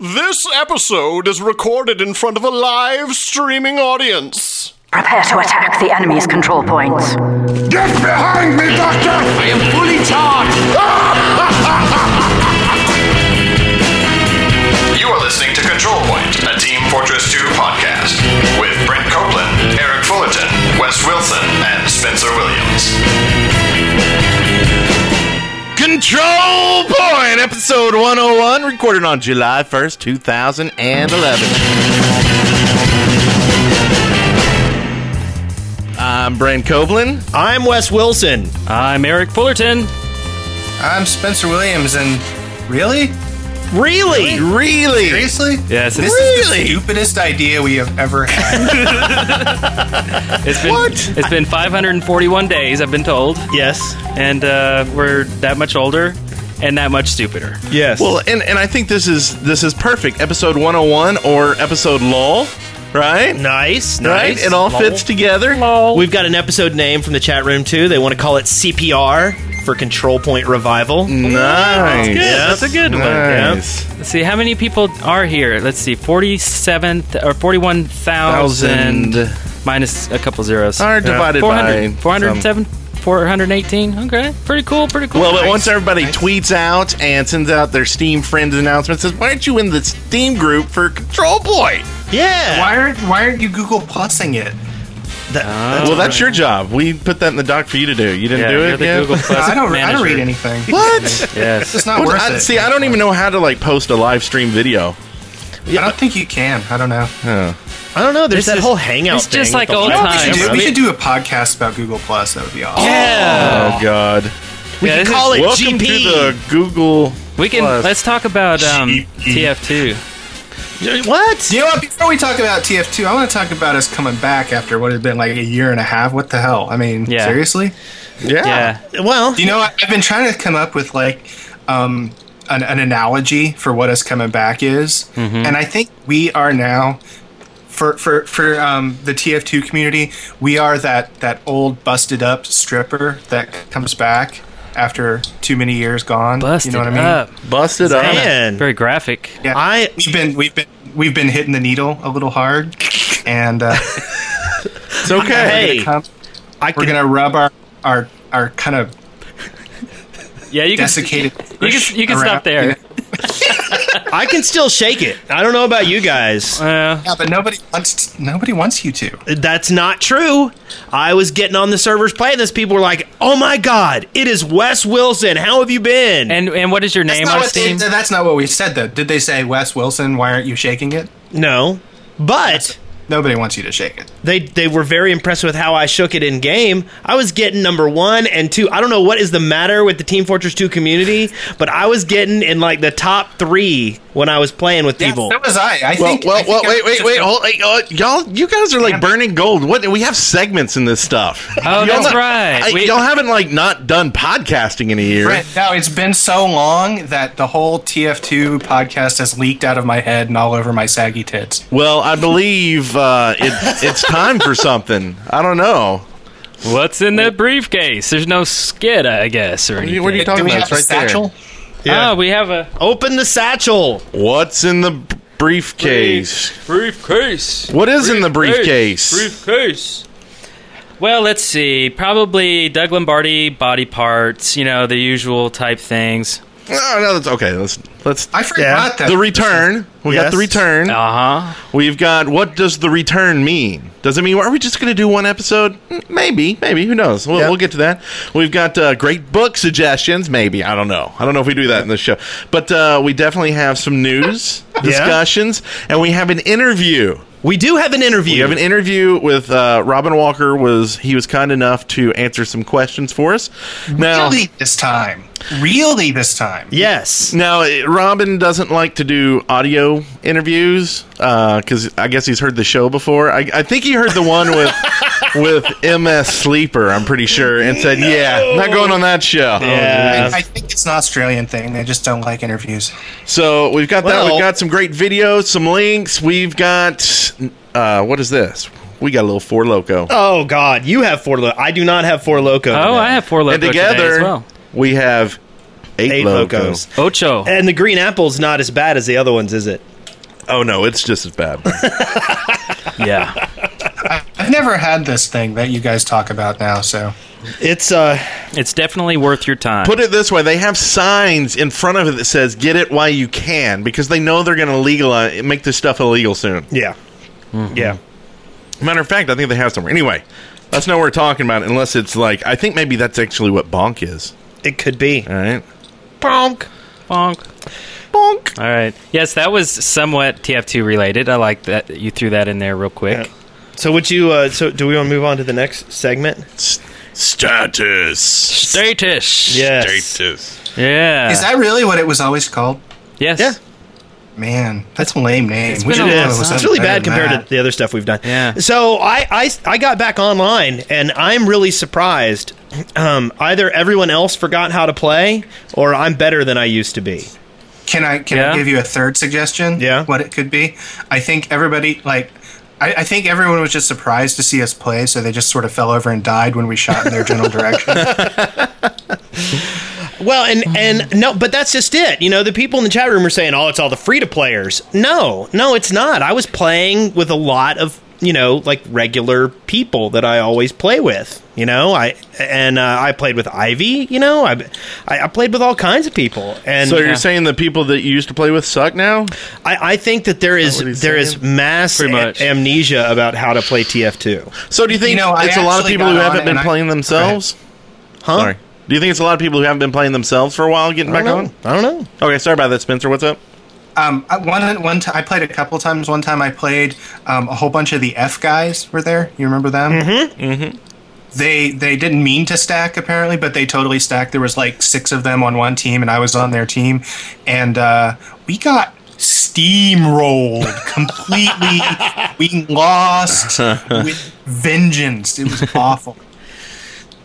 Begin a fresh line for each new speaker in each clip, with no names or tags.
This episode is recorded in front of a live streaming audience.
Prepare to attack the enemy's control points.
Get behind me, Doctor!
I am fully charged.
You are listening to Control Point, a Team Fortress 2 podcast with Brent Copeland, Eric Fullerton, Wes Wilson, and Spencer Williams.
Control Point, episode 101, recorded on July 1st, 2011. I'm Brent Copeland.
I'm Wes Wilson.
I'm Eric Fullerton.
I'm Spencer Williams, and really,
Really?
Really?
seriously,
Yes,
this is
it's,
the stupidest idea we have ever had.
it's been it's been 541 days. I've been told,
Yes.
and uh, we're that much older and that much stupider.
Yes.
Well, and, and I think this is this is perfect. Episode 101 or episode LOL, right?
nice,
Right?
nice.
It all fits together.
We've got an episode name from the chat room too. They want to call it CPR for Control Point Revival.
Mm.
Nice.
Good,
Yes.
that's a good one. Yeah.
Nice.
Let's see how many people are here. Let's see, 47 th- or 41,000
Thousand.
minus a couple zeros.
All right, divided by
400, 407,
some-
418. Okay, pretty cool. Pretty cool.
Well, but once everybody tweets out and sends out their Steam friends announcement, says, "Why aren't you in the Steam group for Control Point?"
Yeah.
why aren't Why aren't you Google Plusing it?
That- that's-
well, that's your job. We put that in the doc for you to do. You didn't
yeah,
do
you're
it
the
yet?
Google Plus
I don't. I
manager.
don't read anything.
What?
It's
Yes.
just not
What?
worth
I,
it.
see, I don't even know how to like post a live stream video.
I don't think you can. I don't know.
I don't know. There's
This
that
is-
whole hangout
it's
thing.
just
with
like
the
old
live
times.
we, should do,
I
we
mean-
should do a podcast about Google Plus. That would be awesome.
Yeah.
Oh God!
We
Yeah,
can
this
call it
Welcome
GP.
to the Google.
We can
Plus.
let's talk about um,
Sheep.
TF2.
what?
You know what? Before we talk about TF2, I want to talk about us coming back after what has been like a year and a half. What the hell? I mean,
Yeah.
seriously?
Yeah.
Yeah,
Well,
You know, I- I've been trying to come up with like um, an, an analogy for what us coming back is,
Mm-hmm.
and I think we are now for for for um, the TF2 community, we are that that old busted up stripper that comes back after too many years gone.
busted
you know what I mean?
up.
Busted up.
man.
Very graphic.
Yeah.
I-
we've been we've been we've been hitting the needle a little hard, and uh,
It's okay.
Hey,
come-
I
we're
can,
gonna rub our our our kind of
Yeah, you can
desiccated.
you can you can
around.
stop there.
I can still shake it. I don't know about you guys.
Uh,
Yeah, but nobody wants nobody wants you to.
That's not true. I was getting on the servers playing this. People were like, "Oh my god, it is Wes Wilson. How have you been?"
and and what is your name
That's not,
on
what they,
Steam?
that's not what we said, though. Did they say, Wes Wilson, why aren't you shaking it?
no, but
Nobody wants you to shake it.
they they were very impressed with how I shook it in game. I was getting number one and two. I don't know what is the matter with the Team Fortress Two community, but I was getting in like the top three when I was playing with people.
That was I. I
Well,
think. I
well,
think
well,
I-
wait, wait, wait, hold, hey, uh, y'all, you guys are like burning gold. What? We have segments in this stuff.
Oh,
Y'all
that's
not-
right.
I-
We-
y'all haven't like not done podcasting in a year.
Brent, no, it's been so long that the whole TF2 podcast has leaked out of my head and all over my saggy tits.
Well, I believe uh, it, it's time for something. I don't know.
What's in that briefcase? There's no skid, I guess, or anything.
What are you talking
Do we
about?
have
It's
a
right
satchel?
Oh, we have a
Open the satchel.
there. What's in the b- briefcase?
briefcase.
What is in the briefcase?
Briefcase. Well, let's see. Probably Doug Lombardi body parts. You know the usual type things.
Oh, no, that's okay. Let's let's
I forgot that.
the return. We got the
Yes.
return.
Uh huh.
We've got what does the return mean? Does it mean are we just going to do one episode? Mm, Maybe, maybe. Who knows? We'll, we'll get to that. We've got uh, great book suggestions. Maybe I don't know. I don't know if we do that in this show, but uh, we definitely have some news discussions, and we have an interview.
We do have an interview.
We have an interview with uh, Robin Walker. Was he was kind enough to answer some questions for us? Now,
Really this time. Really this time.
yes.
Now, eh, Robin doesn't like to do audio interviews because I guess he's heard the show before. I, I think he heard the one with with MS Sleeper. I'm pretty sure, and said, "Yeah, not going on that show."
Oh, Yeah.
I think it's an Australian thing. They just don't like interviews.
So we've got that.
Well-
We've got some great videos, some links. We've got uh, what is this? We got a little four loco,
Oh God, you have four. Lo- I do not have four loco.
Oh, I have four
and
locos today
together
as well.
we have eight,
eight
locos.
locos.
Ocho.
And the green apple's not as bad as the other ones, is it?
Oh no, it's just as bad.
Yeah.
I've never had this thing that you guys talk about now, so
It's uh,
It's definitely worth your time.
Put it this way: they have signs in front of it that says "Get it while you can" because they know they're going to legalize, make this stuff illegal soon.
yeah,
Mm-hmm.
yeah.
Matter of fact, I think they have some. Anyway, that's not what we're talking about unless it's like I think maybe that's actually what bonk is.
It could be.
All right,
Bonk.
Bonk.
Bonk.
All right. Yes, that was somewhat TF2 related. I like that you threw that in there real quick.
So would you? Uh, so do we want to move on to the next segment?
status.
Status.
Yes.
Status.
Yeah.
is that really what it was always called?
yes.
Yeah.
Man, that's a lame name.
It's
We
been
should
a
come up
long
with
time.
It's
something
really
better
bad
than
compared
that.
to the other stuff we've done.
Yeah.
So I, I, I got back online and I'm really surprised. Um, either everyone else forgot how to play, or I'm better than I used to be.
Can I can
Yeah.
I give you a third suggestion?
Yeah.
What it could be? I think everybody like I, I think everyone was just surprised to see us play, so they just sort of fell over and died when we shot in their general direction.
Well, and and no, but that's just it. You know, the people in the chat room are saying, "Oh, it's all the free to players." No, no, it's not. I was playing with a lot of you know like regular people that I always play with. You know, I and uh, I played with Ivy. You know, I, I I played with all kinds of people. And uh,
So you're saying the people that you used to play with suck now?
I, I think that there is
what he's
there is
saying?
mass
Pretty
a-
much.
amnesia about how to play TF2.
So do you think
You know, I
it's a lot of
actually
people who
got on
haven't been
and I-
playing themselves?
Huh?
Sorry. Do you think it's a lot of people who haven't been playing themselves for a while getting
I
back
don't
on?
know. I don't know.
Okay, sorry about that, Spencer. What's up?
Um, I- one one time I played a couple times. One time I played um, a whole bunch of the F guys were there. You remember them? Mm-hmm. Mm-hmm. They they didn't mean to stack apparently, but they totally stacked. There was like six of them on one team, and I was on their team, and uh, we got steamrolled completely. we lost with vengeance. It was awful.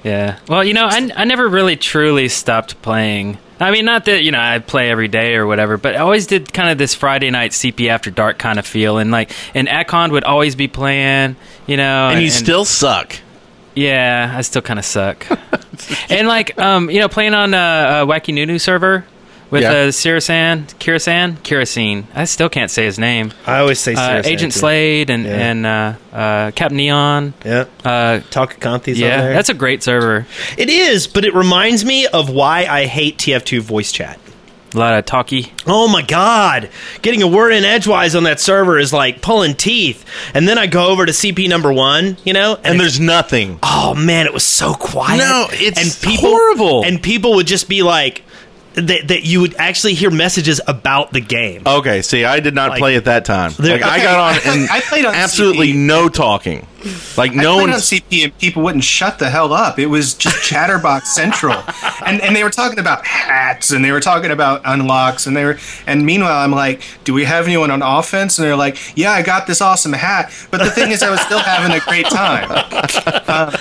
Yeah. Well, you know, I, I never really truly stopped playing. I mean, not that, you know, I play every day or whatever, but I always did kind of this Friday night CP after dark kind of feel. And, like, and Akon would always be playing, you know.
And you still suck.
Yeah, I still kind of suck. and like, um, you know, playing on a, a wacky Nunu server with
Yeah.
uh, Sirasan, Kirasan, Kirasine. I still can't say his name.
I always say
Uh,
Saracen,
Agent
too.
Slade and
Yeah.
and uh, uh, Captain Neon.
Yeah.
Uh,
Takakanthi's on
yeah,
there.
that's a great server.
it is, but it reminds me of why I hate TF2 voice chat.
A lot of talkie.
Oh my God. Getting a word in edgewise on that server is like pulling teeth. And then I go over to CP number one, you know, and,
And
there's
there's nothing.
oh man, it was so quiet.
No, it's horrible.
And people would just be like, that, that you would actually hear messages about the game.
Okay, see, I did not
Like-
play at that time.
There-
Like, I got on and
I played on
absolutely
CP.
no talking. Like
I
no
played on
one's
CP and people wouldn't shut the hell up. It was just chatterbox central, and and they were talking about hats and they were talking about unlocks and they were and meanwhile I'm like, do we have anyone on offense? And they're like, yeah, I got this awesome hat. But the thing is, I was still having a great time. Uh,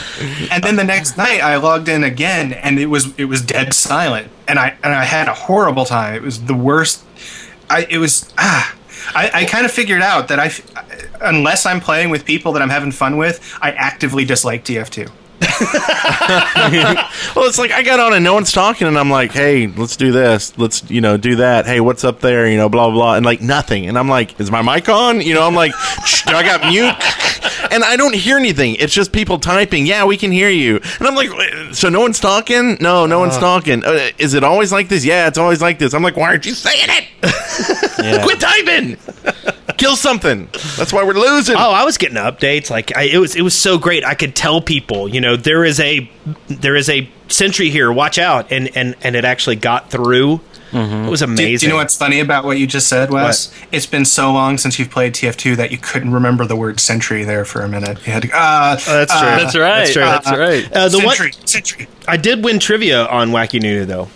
and then the next night I logged in again and it was it was dead silent and I and I had a horrible time. It was the worst. I it was ah. I, I kind of figured out that I, f- unless I'm playing with people that I'm having fun with, I actively dislike TF2.
Well, it's like I got on and no one's talking, and I'm like, "Hey, let's do this. Let's you know do that. Hey, what's up there? You know, blah blah blah." And like nothing, and I'm like, "Is my mic on?" You know, I'm like, "Shh, "Do I got mute?" And I don't hear anything. It's just people typing. Yeah, we can hear you. And I'm like, "Wait, "So no one's talking? No, no one's talking. Uh, is it always like this? Yeah, it's always like this." I'm like, "Why aren't you saying it? Quit typing. Kill something. That's why we're losing."
Oh, I was getting updates. Like I, it was, it was so great. I could tell people, you know, there is a, there is a sentry here. Watch out! And and and it actually got through.
Mm-hmm.
It was
Do,
amazing.
do you know what's funny about what you just said, Wes? It's been so long since you've played TF2 that you couldn't remember the word century there for a minute. You had to, ah,
Oh, that's true.
That's right.
That's true.
That's right.
Uh, the one
century, century.
I did win trivia on Wacky Nunu though.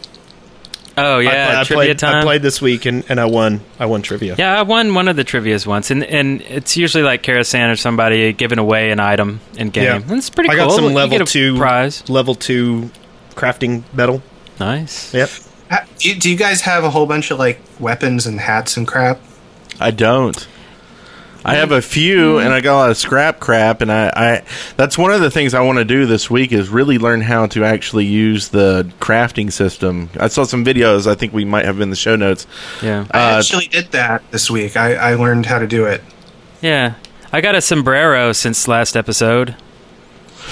Oh yeah,
I, I
trivia
played,
time.
I played this week and, and I won. I won trivia.
Yeah, I won one of the trivia's once, and and it's usually like Karasan or somebody giving away an item in game. And It's pretty
I
cool.
got some
You
level
get a
two
prize.
Level two crafting medal.
Nice.
Yep.
Ha- Do, do you guys have a whole bunch of like weapons and hats and crap?
I don't. I have a few, and I got a lot of scrap crap, and I, I that's one of the things I want to do this week is really learn how to actually use the crafting system. I saw some videos. I think we might have in the show notes.
Yeah.
I
Uh,
actually did that this week. I, I learned how to do it.
Yeah. I got a sombrero since last episode,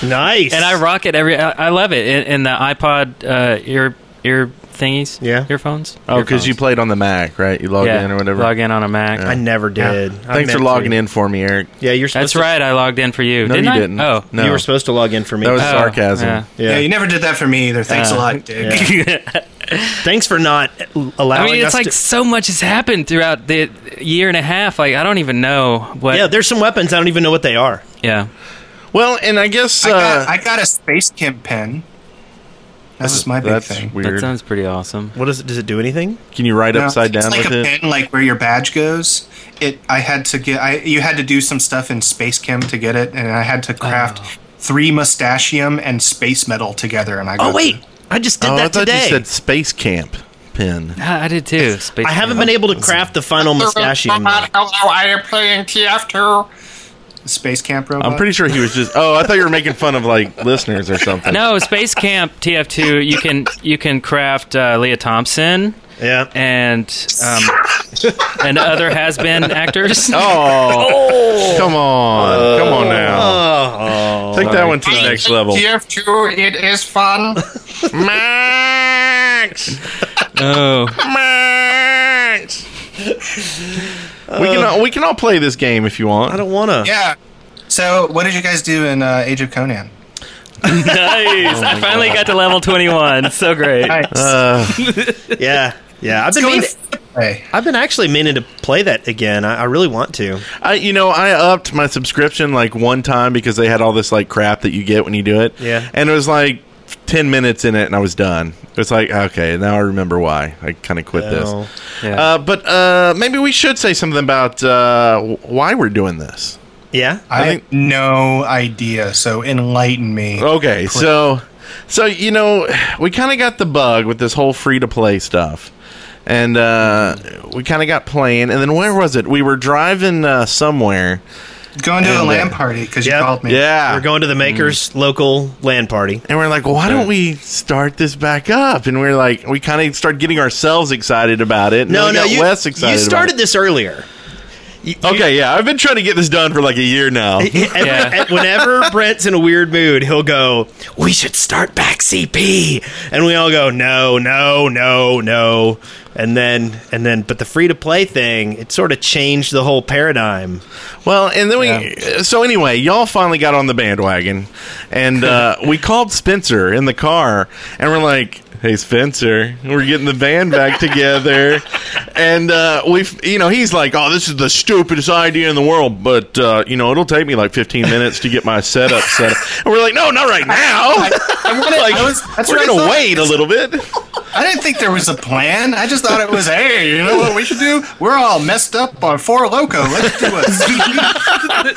Nice.
and I rock it every. I, I love it in, in the iPod uh, ear ear thingies.
Yeah.
earphones.
oh, because you
Earphones.
played on the Mac, right? You logged in or whatever.
Log in on a Mac.
I never did. I
Thanks for
meant
logging
to.
in for me, Eric.
Yeah, you're.
That's
Supposed to-
right. I logged in for you.
No,
didn't
you
I?
didn't.
Oh.
No.
You were supposed to log in for me.
That was
Oh,
sarcasm.
yeah.
Yeah.
yeah. Uh,
you never did that for me either. Thanks a lot, Dick.
yeah. Thanks for not
I
allowing
mean, it's
us
like
to-
so much has happened throughout the year and a half. Like I don't even know what.
yeah, there's some weapons. I don't even know what they are.
yeah.
Well, and I guess
I, got,
uh,
I got a space camp pen. That was my big
that's
thing.
That
weird.
sounds pretty awesome.
What is it? Does it do anything?
Can you write
No,
upside
it's
down
like
with
a
it?
pin, like where your badge goes. It. I had to get. I you had to do some stuff in space chem to get it, and I had to craft three mustachium and space metal together. And I.
Oh
got
wait, I just did
oh, I
that
thought
today.
you said space camp pin.
I, I did too. Space
I haven't been able to craft the final mustachium. yet.
Hello, I am playing TF2.
the space camp robot.
I'm pretty sure he was just. Oh, I thought you were making fun of like listeners or something.
No, Space Camp TF2. You can you can craft uh, Leah Thompson
Yeah.
and um, and other has been actors.
Oh, come on, come on now.
Oh,
Take that one to the next level,
TF2, it is fun.
Max.
Oh.
Max. we can all, we can all play this game if you want.
I don't want to.
Yeah. So what did you guys do in uh, Age of Conan?
Oh
nice! I finally got to level twenty one. So great.
Uh,
Yeah. Yeah. I've been
Go and
meaning,
play.
I've been actually meaning to play that again. I, I really want to.
I you know I upped my subscription like one time because they had all this like crap that you get when you do it.
Yeah.
and it was like. 10 minutes in it and I was done. It's like, okay, now I remember why. I kind of quit
Oh.
this.
Yeah.
Uh, but uh, maybe we should say something about uh, w- why we're doing this.
Yeah.
I,
think- Oh,
have no idea. So enlighten me.
Okay, so so you know, we kind of got the bug with this whole free to play stuff. And uh, we kind of got playing, and then where was it? We were driving uh, somewhere.
Going to a
And, uh,
LAN party because you
Yep.
called me.
Yeah, Mm.
We're going to the Maker's local land party.
and we're like, why don't we start this back up? And we're like, we kind of start getting ourselves excited about it. and
No,
then
no,
we got
you,
Wes excited.
you
about
started
it.
this earlier. You- you-
Okay, yeah, I've been trying to get this done for like a year now.
Every- e,
Yeah.
Whenever Brent's in a weird mood, he'll go, "We should start back CP," and we all go, "No, no, no, no," and then and then, but the free to play thing it sort of changed the whole paradigm.
Well, and then we. So anyway, y'all finally got on the bandwagon, and uh, we called Spencer in the car, and we're like, "Hey, Spencer, we're getting the band back together," and uh, we, you know, he's like, "Oh, this is the stupidest idea in the world," but uh, you know, it'll take me like 15 minutes to get my setup set up. And we're like, "No, not right now." like,
I was- that's
we're
what I
gonna
thought.
wait a little bit.
I didn't think there was a plan. I just thought it was, hey, you know what we should do? We're all messed up on Four Loco. Let's do a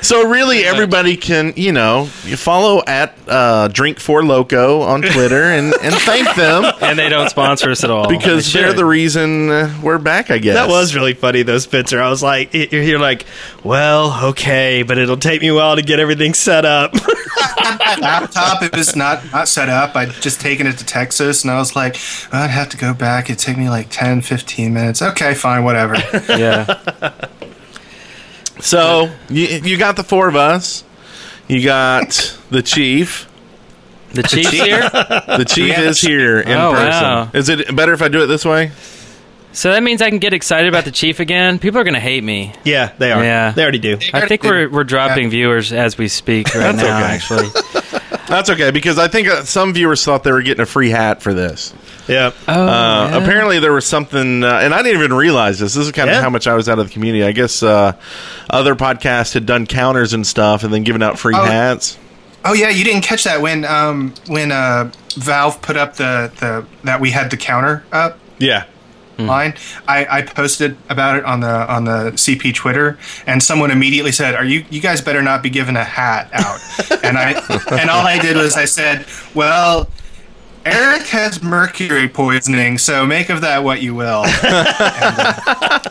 So really, everybody can you know you follow at uh, Drink Four Loco on Twitter and and thank them.
and they don't sponsor us at all
because
They
they're
should.
the reason uh, we're back. I guess
That was really funny though, Spencer. I was like, y- you're like, well, okay, but it'll take me a while to get everything set up.
laptop. It was not, not set up. I'd just taken it to Texas, and I was like, I'd have to go back. It'd take me like 10, 15 minutes. Okay, fine, whatever.
yeah.
so you, you got the four of us. You got the chief.
The Chiefs here.
The chief
have
is
the
here in
Oh,
person.
wow.
Is it better if I do it this way?
So that means I can get excited about the Chief again. People are going to hate me.
yeah, they are.
Yeah.
They already do.
I think we're we're dropping viewers as we speak right
That's
now.
okay.
Actually,
That's okay because I think uh, some viewers thought they were getting a free hat for this.
Yeah.
oh,
Uh, Apparently, there was something, uh, and I didn't even realize this. This is kind of
Yeah.
how much I was out of the community. I guess uh, other podcasts had done counters and stuff, and then given out free
Oh.
hats.
Oh yeah, you didn't catch that when um when uh Valve put up the the that we had the counter up
Yeah,
Mm-hmm.
line. I I posted about it on the on the CP Twitter, and someone immediately said, "Are you you guys better not be giving a hat out?" and I and all I did was I said, "Well." Eric has mercury poisoning, so make of that what you will.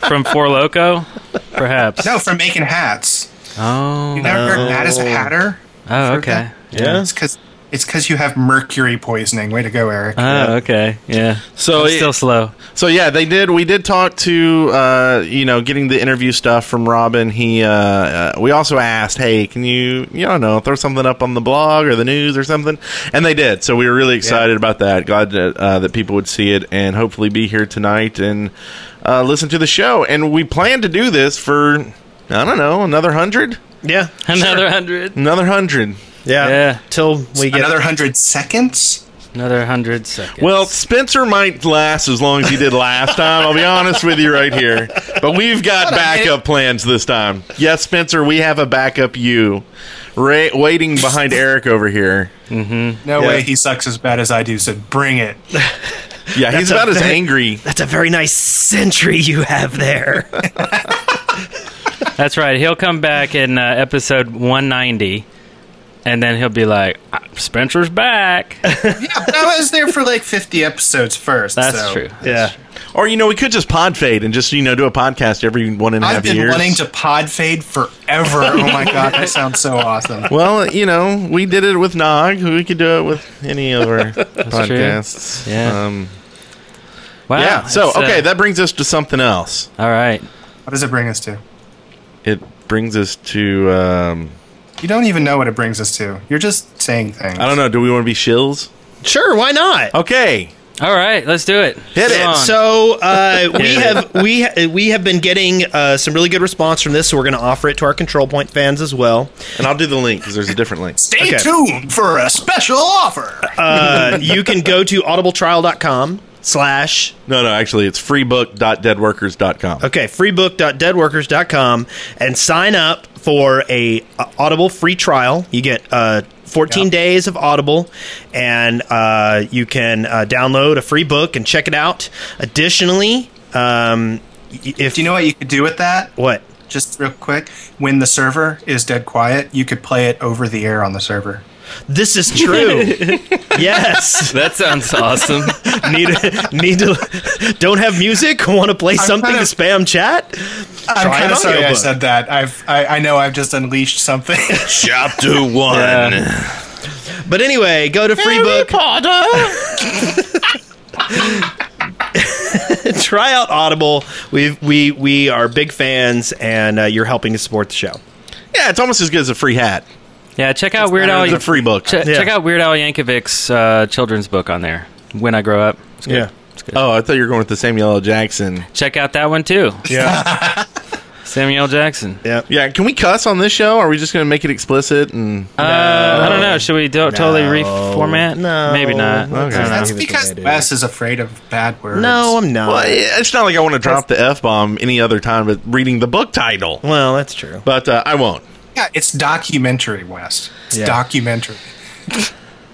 from Four Loco. perhaps.
No, from making hats.
Oh.
You never heard that as a hatter?
Oh,
For
okay.
that?
Yeah.
It's because it's because you have mercury poisoning. Way to go, Eric.
Oh, okay. Yeah.
So
I'm
it-
still slow.
So yeah, they did. We did talk to uh, you know getting the interview stuff from Robin. He uh, uh, we also asked, hey, can you you don't know throw something up on the blog or the news or something? And they did. So we were really excited about that. Glad that, uh, that people would see it and hopefully be here tonight and uh, listen to the show. And we plan to do this for I don't know another hundred,
Yeah.
Another hundred.
another hundred.
Yeah.
Yeah.
Till we get
Another hundred seconds.
Another hundred seconds.
Well, Spencer might last as long as he did last time. I'll be honest with you right here. But we've got backup plans this time. Yes, Spencer, we have a backup you ra- waiting behind Eric over here.
No way he sucks as bad as I do, so bring it.
Yeah, he's
a
about as
very-
angry.
That's a very nice sentry you have there.
That's right. He'll come back in uh, episode 190, and then he'll be like, "Ah, "Spencer's back."
I was there for like 50 episodes first.
That's
so.
true.
yeah.
Or, you know, we could just pod fade and just, you know, do a podcast every one and a half
I've been
years.
wanting to pod fade forever. Oh my god, that sounds so awesome.
well, you know, we did it with Nog. We could do it with any of our podcasts.
true. Yeah.
Um,
Wow.
yeah. So,
It's, uh,
okay, that brings us to something else.
all right.
What does it bring us to?
It brings us to, um,
You don't even know what it brings us to. You're just saying things.
I don't know, do we want to be shills?
Sure, why not?
Okay.
All right. Let's do it. Hit
it.
So uh, we have we ha- we have been getting uh, some really good response from this, so we're going to offer it to our control point fans as well.
And I'll do the link because there's a different link.
Stay
Okay.
tuned for a special offer.
Uh, you can go to audibletrial.com slash
No, no, actually, it's freebook.deadworkers.com.
okay freebook.deadworkers.com and sign up for a uh, Audible free trial. You get uh, 14 days of Audible, and uh, you can uh, download a free book and check it out. Additionally, um, y- if
Do you know what you could do with that?
what
Just real quick, when the server is dead quiet, you could play it over the air on the server.
This is true. yes.
That sounds awesome.
Need need to don't have music. Want to play something
kind of-
to spam chat?
I'm
Try
kind
an
of sorry I
audiobook.
said that. I've I, I know I've just unleashed something.
Chapter one.
But anyway, go to FreeBook. Try out Audible. We we we are big fans, and uh, you're helping to support the show.
Yeah, it's almost as good as a free hat.
Yeah. Check out Weird Al.
It's a free book.
Ch- Check out Weird Al Yankovic's uh, children's book on there. When I grow up. It's good.
Yeah.
Oh, I thought you were going with the Samuel L. Jackson.
Check out that one too.
Yeah.
Samuel Jackson.
yeah.
Yeah, can we cuss on this show? Are we just going to make it explicit? And
Uh, I don't know. Should we do- totally reformat?
No.
Maybe not.
okay.
That's because Wes is afraid of bad words.
No, I'm not.
Well, yeah, it's not like I want to drop the f bomb any other time, but reading the book title.
Well, that's true.
But uh, I won't.
yeah, it's documentary, Wes. It's
Yeah.
documentary.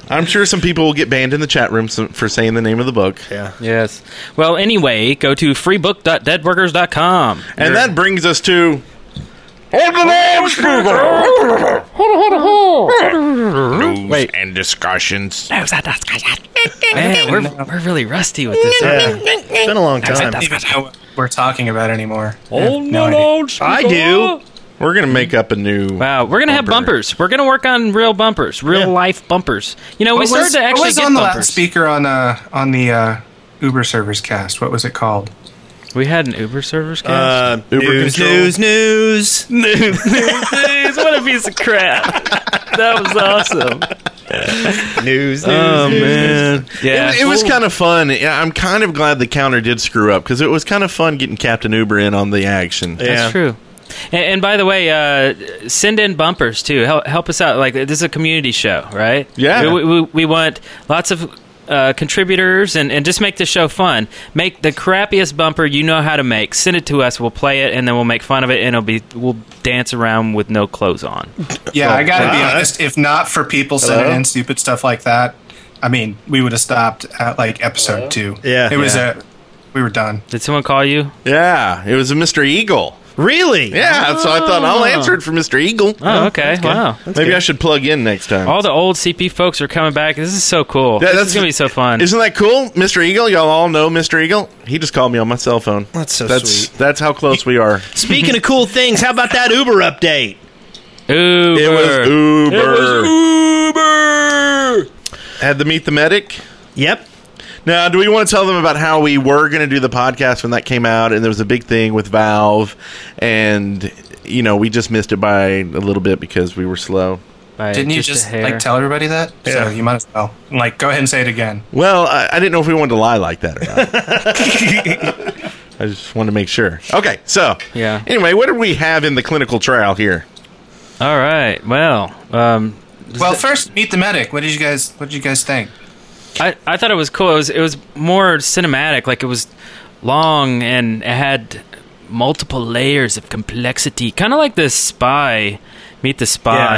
I'm sure some people will get banned in the chat room some- for saying the name of the book.
Yeah.
Yes. Well, anyway, go to freebook.deadworkers.com.
And that brings us to
Wait.
and discussions.
Man, we're, we're really rusty with this. aren't we?
It's been a long time.
I don't even know what we're talking about anymore.
Old
no idea.
Lord,
I do.
We're gonna make up a new.
Wow, we're gonna have
Bumper.
bumpers. We're gonna work on real bumpers, real life bumpers. You know, we
What
started
was-
to
what
actually
was
get
on the
bumpers.
loudspeaker on uh on the uh, Uber servers cast. What was it called?
We had an Uber servers cast.
Uh,
Uber
news,
control.
news, news.
Jeez, what a piece of crap! That was awesome.
news, news.
man,
Yeah.
it, it was kind of fun. Yeah, I'm kind of glad the counter did screw up because it was kind of fun getting Captain Uber in on the action.
Yeah.
That's true. And, and by the way, uh, send in bumpers too. Help, help us out. Like this is a community show, right?
Yeah.
We, we, we want lots of uh, contributors and, and just make the show fun. Make the crappiest bumper you know how to make. Send it to us. We'll play it and then we'll make fun of it and it'll be we'll dance around with no clothes on.
Yeah, I gotta be
wow.
honest. If not for people sending in stupid stuff like that, I mean, we would have stopped at like episode two.
Yeah.
it was
Yeah.
a. We were done.
Did someone call you?
Yeah, it was a Mr. Eagle.
Really?
Yeah, so I thought
Ah.
I'll answer it for Mr. Eagle.
Oh, okay. Wow.
Maybe I should plug in next time.
All the old CP folks are coming back. This is so cool.
Yeah,
this is gonna be so fun.
Isn't that cool, Mr. Eagle? Y'all all know Mr. Eagle. He just called me on my cell phone.
That's so
that's,
sweet.
That's how close we are.
Speaking of cool things, how about that Uber update?
Uber.
It was Uber.
It was Uber.
Had to meet the medic.
Yep.
Now, do we want to tell them about how we were going to do the podcast when that came out, and there was a big thing with Valve, and you know we just missed it by a little bit because we were slow.
By
Didn't you
a
just,
hair.
like tell everybody that? So you might as well. Like, go ahead and say it again.
Well, I, I didn't know if we wanted to lie like that or not. I just wanted to make sure. Okay, so
Yeah.
Anyway, what did we have in the clinical trial here?
All right. Well, um,
Well, first meet the medic. What did you guys? What did you guys think?
I, I thought it was cool. It was it was more cinematic. Like it was long and it had multiple layers of complexity. Kind of like the spy, meet the spy.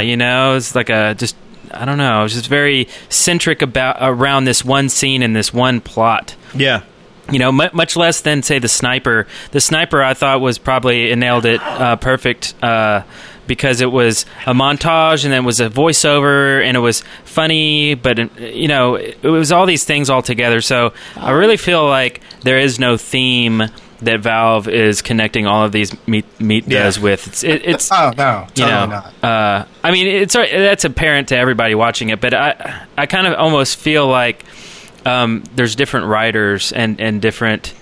Yeah.
You know, it's like a just I don't know. It was just very centric about around this one scene and this one plot.
Yeah.
You know, mu much less than say the sniper. The sniper I thought was probably it nailed it uh, perfect uh, because it was a montage and then it was a voiceover and it was funny, but uh, you know it it was all these things all together. So I really feel like there is no theme that Valve is connecting all of these meet meet does with. It's it, it's
Oh no, totally
you know,
not.
Uh, I mean, it's that's apparent to everybody watching it, but I I kind of almost feel like um, there's different writers and and different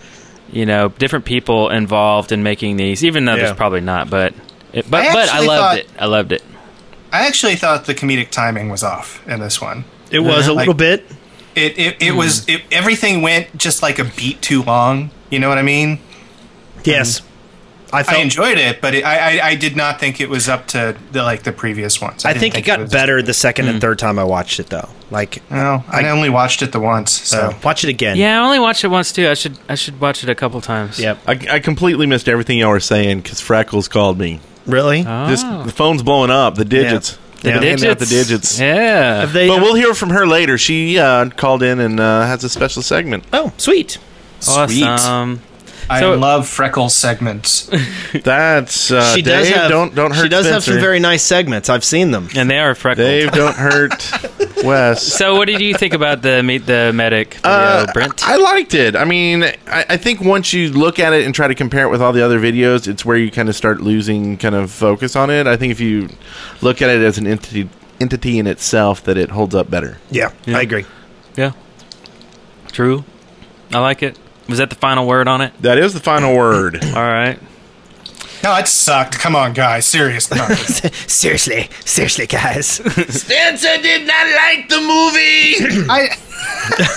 you know different people involved in making these, even though
Yeah.
there's probably not, but it, but
I
but I
actually
loved
thought-
it. I loved it.
I actually thought the comedic timing was off in this one.
It was a
Like-
little bit.
It it, it was it, everything went just like a beat too long. You know what I mean?
Yes. I felt
I enjoyed it, but it, I, I I did not think it was up to the like the previous ones.
I
didn't
think it got
was-
better the Mm. second and third time I watched it though. Like
No, I, only watched it the once. So
uh, watch it again.
Yeah, I only watched it once too. I should I should watch it a couple times.
Yep.
I, I completely missed everything y'all were saying because Freckles called me.
Really?
Uh,
This
Oh.
the phone's blowing up. The digits.
The
They've been handing out the digits.
Yeah.
They, uh,
But we'll hear from her later. She uh, called in and uh, has a special segment.
oh, sweet. Uh,
Awesome.
I
so-
love freckle segments.
That's uh,
she does
Dave,
have
don't don't hurt.
She does have some
Spencer.
very nice segments. I've seen them.
And they are freckled.
Dave, don't hurt Wes.
so, what did you think about the meet the medic video,
Uh,
Brent?
I liked it. I mean, I, I think once you look at it and try to compare it with all the other videos, it's where you kind of start losing kind of focus on it. I think if you look at it as an entity entity in itself, that it holds up better.
Yeah, I agree.
Yeah. True. I like it. Was that the final word on it?
That is the final word.
All right.
no, it sucked. Come on, guys, seriously. No.
Seriously, seriously, guys.
Spencer did not like the movie.
I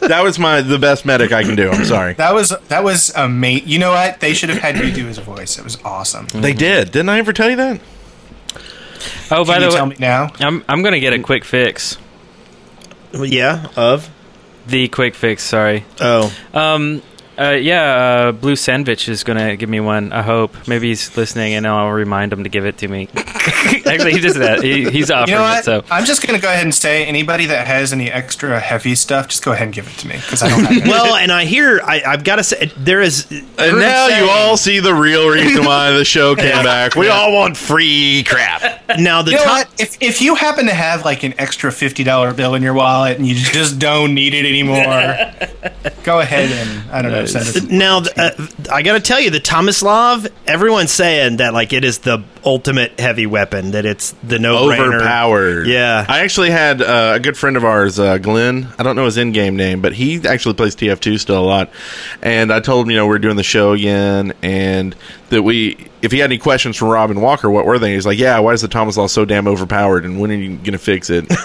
that was my the best medic I can do. I'm sorry.
that was that was a mate. You know what? They should have had you do his voice. It was awesome.
They did. Didn't I ever tell you that?
Oh, by
Can you
the
tell
way,
me now?
I'm I'm gonna get a quick fix.
yeah, of
The quick fix. Sorry.
oh,
Um. Uh. Yeah. Uh, Blue Sandwich is gonna give me one. I hope. Maybe he's listening, and I'll remind him to give it to me. Actually, he does that. He, he's
You
offering
know what?
it. So.
I'm just gonna go ahead and say anybody that has any extra heavy stuff, just go ahead and give it to me because I don't have it.
well, and I hear I, I've got to say there is.
And now you all see the real reason why the show came back. We all want free crap.
now the
You know
top.
what? If, if you happen to have like an extra fifty dollar bill in your wallet and you just don't need it anymore, go ahead and I don't know. Send it.
Now th- uh, I got to tell you, the Tomislav. Everyone's saying that like it is the ultimate heavy weapon. That it's the no
Overpowered.
Yeah.
I actually had uh, a good friend of ours, uh, Glenn. I don't know his in-game name, but he actually plays TF2 still a lot. And I told him, you know, we're doing the show again, and that we, if he had any questions from Robin Walker, what were they? He's like, yeah, why is the Thomas Law so damn overpowered, and when are you going to fix it?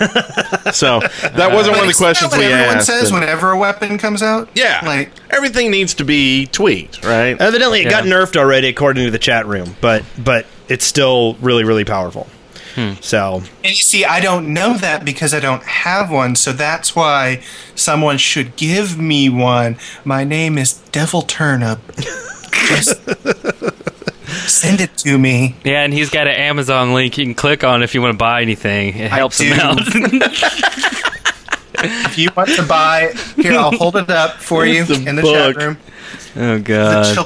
so that wasn't one of the questions
Isn't that
we
what everyone
asked.
says
and-
whenever a weapon comes out.
yeah,
like
everything needs to be tweaked, right?
Evidently, it got
Yeah.
nerfed already, according to the chat room. But but it's still really really powerful.
Hmm.
So
And you see, I don't know that because I don't have one, so that's why someone should give me one. My name is Devil Turnip. Just send it to me.
Yeah, and he's got an Amazon link you can click on if you want to buy anything. It helps him
do.
out.
If you want to buy, here I'll hold it up for you
It's the
in the chat
book.
room.
Oh
The
Uh,
god.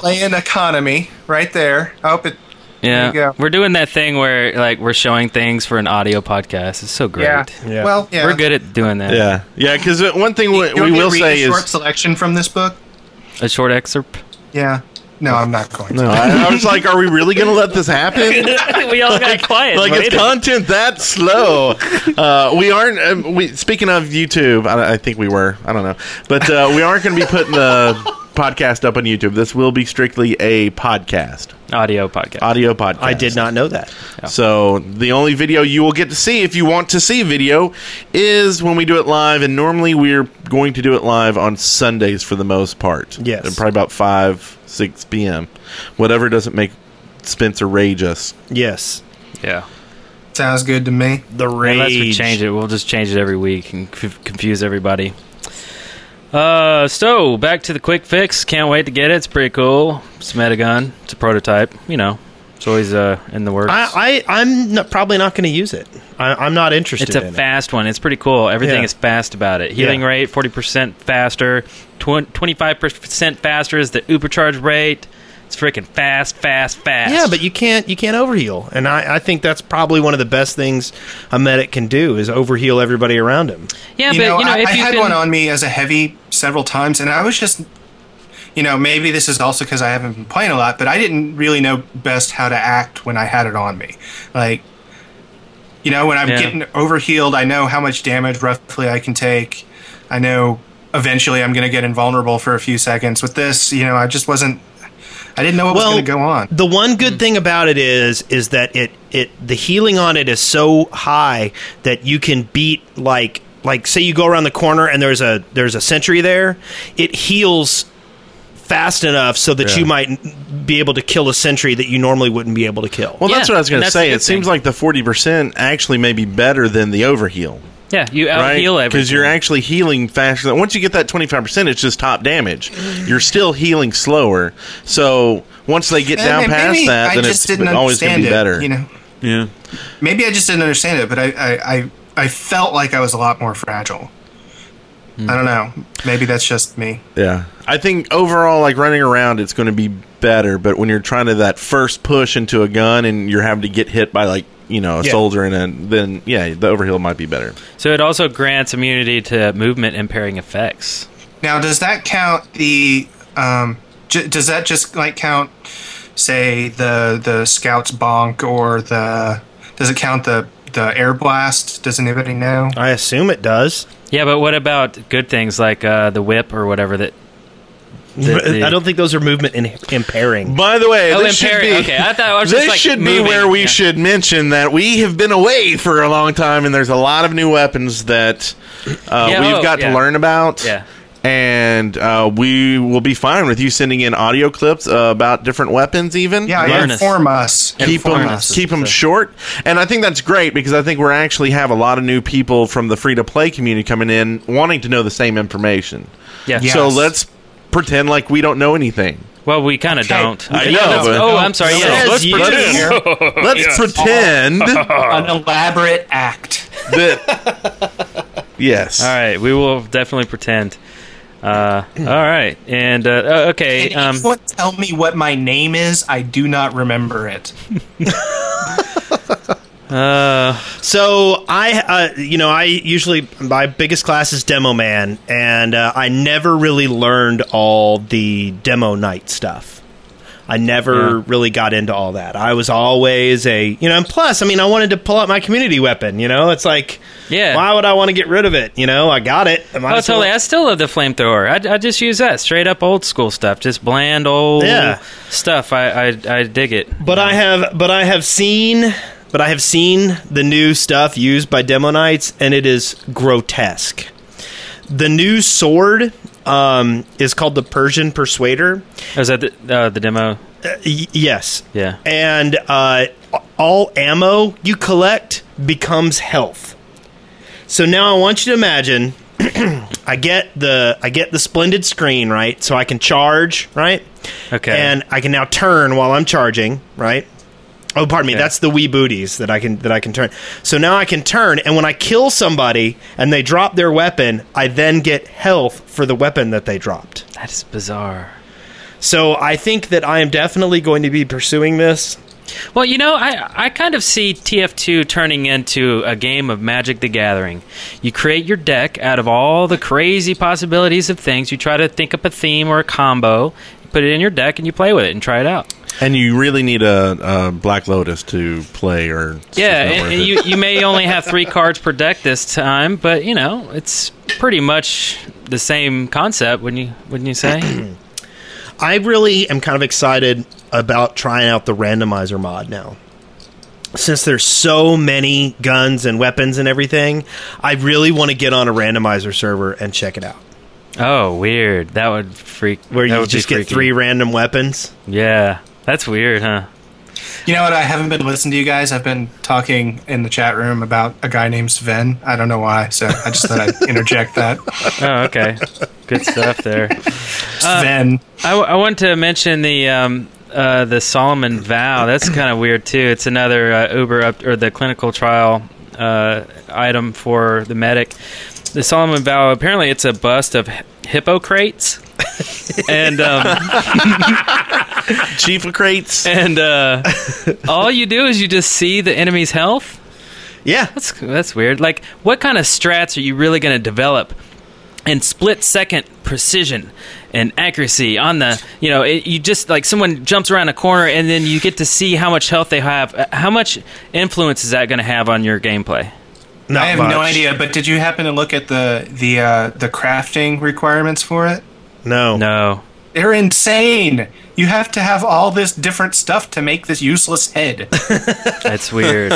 Chilean economy, right there. Oh, I hope it.
Yeah,
There you go.
we're doing that thing where like we're showing things for an audio podcast. It's so great.
Yeah. Well, yeah.
We're good at doing that.
Yeah, yeah. Because one thing we,
You want
we
me to
will
read
say
a short
is
selection from this book.
A short excerpt.
Yeah. No, I'm not going.
no. I, I was like, are we really gonna let this happen?
we all got quiet.
like it's content that slow. Uh, we aren't. Um, we speaking of YouTube, I, I think we were. I don't know, but uh, we aren't going to be putting the podcast up on YouTube. This will be strictly a podcast,
audio podcast.
audio podcast.
I did not know that.
So the only video you will get to see, if you want to see video, is when we do it live. And normally we're going to do it live on Sundays for the most part.
Yes.
and probably about five, six p.m. Whatever doesn't make Spencer rage us.
Yes,
Yeah.
Sounds good to me.
the rage.
Unless we change it, we'll just change it every week and c- confuse everybody. Uh, so back to the quick fix. Can't wait to get it. It's pretty cool. It's a metagun. It's a prototype. You know, it's always uh in the works.
I, I I'm not, probably not going to use it. I, I'm not interested.
it's a
in
fast one. It's pretty cool. Everything
Yeah.
is fast about it. Healing
Yeah.
rate forty percent faster. Twenty five percent faster is the supercharge rate. It's freaking fast, fast,
it.
fast.
Yeah, but you can't you can't overheal, and I, I think that's probably one of the best things a medic can do is overheal everybody around him.
yeah,
you
but
know,
you know,
I,
if
I
you've
had
been-
one on me as a heavy several times, and I was just, you know, maybe this is also because I haven't been playing a lot, but I didn't really know best how to act when I had it on me. Like, you know, when I'm
Yeah.
getting overhealed, I know how much damage roughly I can take. I know eventually I'm going to get invulnerable for a few seconds. With this, you know, I just wasn't. I didn't know what was going to go on.
The one good thing about it is is that it it the healing on it is so high that you can beat like like say you go around the corner and there's a there's a sentry there, it heals fast enough so that you might n- be able to kill a sentry that you normally wouldn't be able to kill.
Well,
Yeah,
that's what I was going
and
to
that's the
say.
good
It seems
thing.
like the forty percent actually may be better than the overheal,
yeah, you out
right?
Oh, heal everything
Because you're actually healing faster. than- Once you get that twenty five percent, it's just top damage. You're still healing slower. So once they get
And-
down
and
past
maybe
that,
I
then
just
it's
didn't
always
understand
going to be
it,
better.
You know,
Yeah.
maybe I just didn't understand it, but I I, I, I felt like I was a lot more fragile. I don't know. Maybe that's just me.
Yeah, I think overall, like running around, it's going to be better. But when you're trying to that first push into a gun and you're having to get hit by like you know a
Yeah.
soldier, and then, then yeah, the overheal might be better.
So it also grants immunity to movement impairing effects.
Now, does that count the? Um, j- does that just like count, say the the scouts bonk or the? Does it count the the air blast? Does anybody know?
I assume it does.
Yeah, but what about good things like uh, the whip or whatever that? that the-
I don't think those are movement in- impairing.
By the way,
Oh,
this should
impairing-
be
okay, I thought I was
this
just, like,
should
moving,
be where we
yeah.
should mention that we have been away for a long time, and there's a lot of new weapons that uh,
Yeah,
we've
oh,
got
yeah.
to learn about.
Yeah.
And uh, we will be fine with you sending in audio clips uh, about different weapons, even.
Yeah,
Learn us.
inform us.
keep
Inform
them
us.
keep them short and i think that's great because i think we're actually have a lot of new people from the free to play community coming in wanting to know the same information
Yeah.
Yeah.
so
Yes.
let's pretend like we don't know anything
Well, we kind of don't.
I
Yeah,
know,
that's-
but-
oh, I'm sorry.
So
Yeah.
let's
you.
pretend, let's pretend
An elaborate act.
that yes
All right, we will definitely pretend. Uh, all right, and uh, uh, okay.
Can
Um,
anyone tell me what my name is? I do not remember it.
So I, uh, you know, I usually my biggest class is demo man, and uh, I never really learned all the demo night stuff. I never really got into all that. I was always a, you know, and plus, I mean, I wanted to pull out my community weapon. You know, it's like,
Yeah.
why would I want to get rid of it? You know, I got it. I might as
Oh,
well-
totally. I still love the flamethrower. I, I just use that straight up old school stuff, just bland old
Yeah.
stuff. I, I I dig it.
But I have, but I have seen, but I have seen the new stuff used by Demo Knights, and it is grotesque. The new sword um, is called the Persian Persuader.
Was that the, uh, the demo?
Y- yes.
Yeah.
And uh, all ammo you collect becomes health. So now I want you to imagine I get the I get the splendid screen, right? So I can charge, right?
Okay.
And I can now turn while I'm charging, right? Oh, pardon me. That's the wee booties that I can that I can turn. So now I can turn, and when I kill somebody and they drop their weapon, I then get health for the weapon that they dropped.
That is bizarre.
So I think that I am definitely going to be pursuing this.
Well, you know, I, I kind of see TF2 turning into a game of Magic the Gathering. You create your deck out of all the crazy possibilities of things. You try to think up a theme or a combo, put it in your deck, and you play with it and try it out.
And you really need a, a Black Lotus to play, or it's
Yeah,
just
and,
not worth
and
it.
you, you may only have three cards per deck this time, but, you know, it's pretty much the same concept, wouldn't you, wouldn't you say?
I really am kind of excited about trying out the randomizer mod now. Since there's so many guns and weapons and everything, I really want to get on a randomizer server and check it out.
oh, weird. That would freak.
Where
that
you
would be
just get
freaky.
three random weapons.
Yeah. That's weird, huh?
You know what? I haven't been listening to you guys. I've been talking in the chat room about a guy named Sven. I don't know why, so I just thought I'd interject that.
Oh, okay. Good stuff there.
Sven.
I, I want to mention the um, uh, the Solomon vow. That's kind of weird too. It's another uh, Uber up or the clinical trial uh, item for the medic. The Solomon vow. Apparently, it's a bust of hi- Hippocrates. and um,
Chief of Crates.
and uh, all you do is you just see the enemy's health.
Yeah.
That's that's weird. Like, what kind of strats are you really going to develop? And split second precision and accuracy on the you know it, you just like someone jumps around a corner and then you get to see how much health they have. Uh, How much influence is that going to have on your gameplay?
Not
I have no
much.
idea, but did you happen to look at the the uh, the crafting requirements for it?
No.
No.
They're insane. You have to have all this different stuff to make this useless head.
That's weird.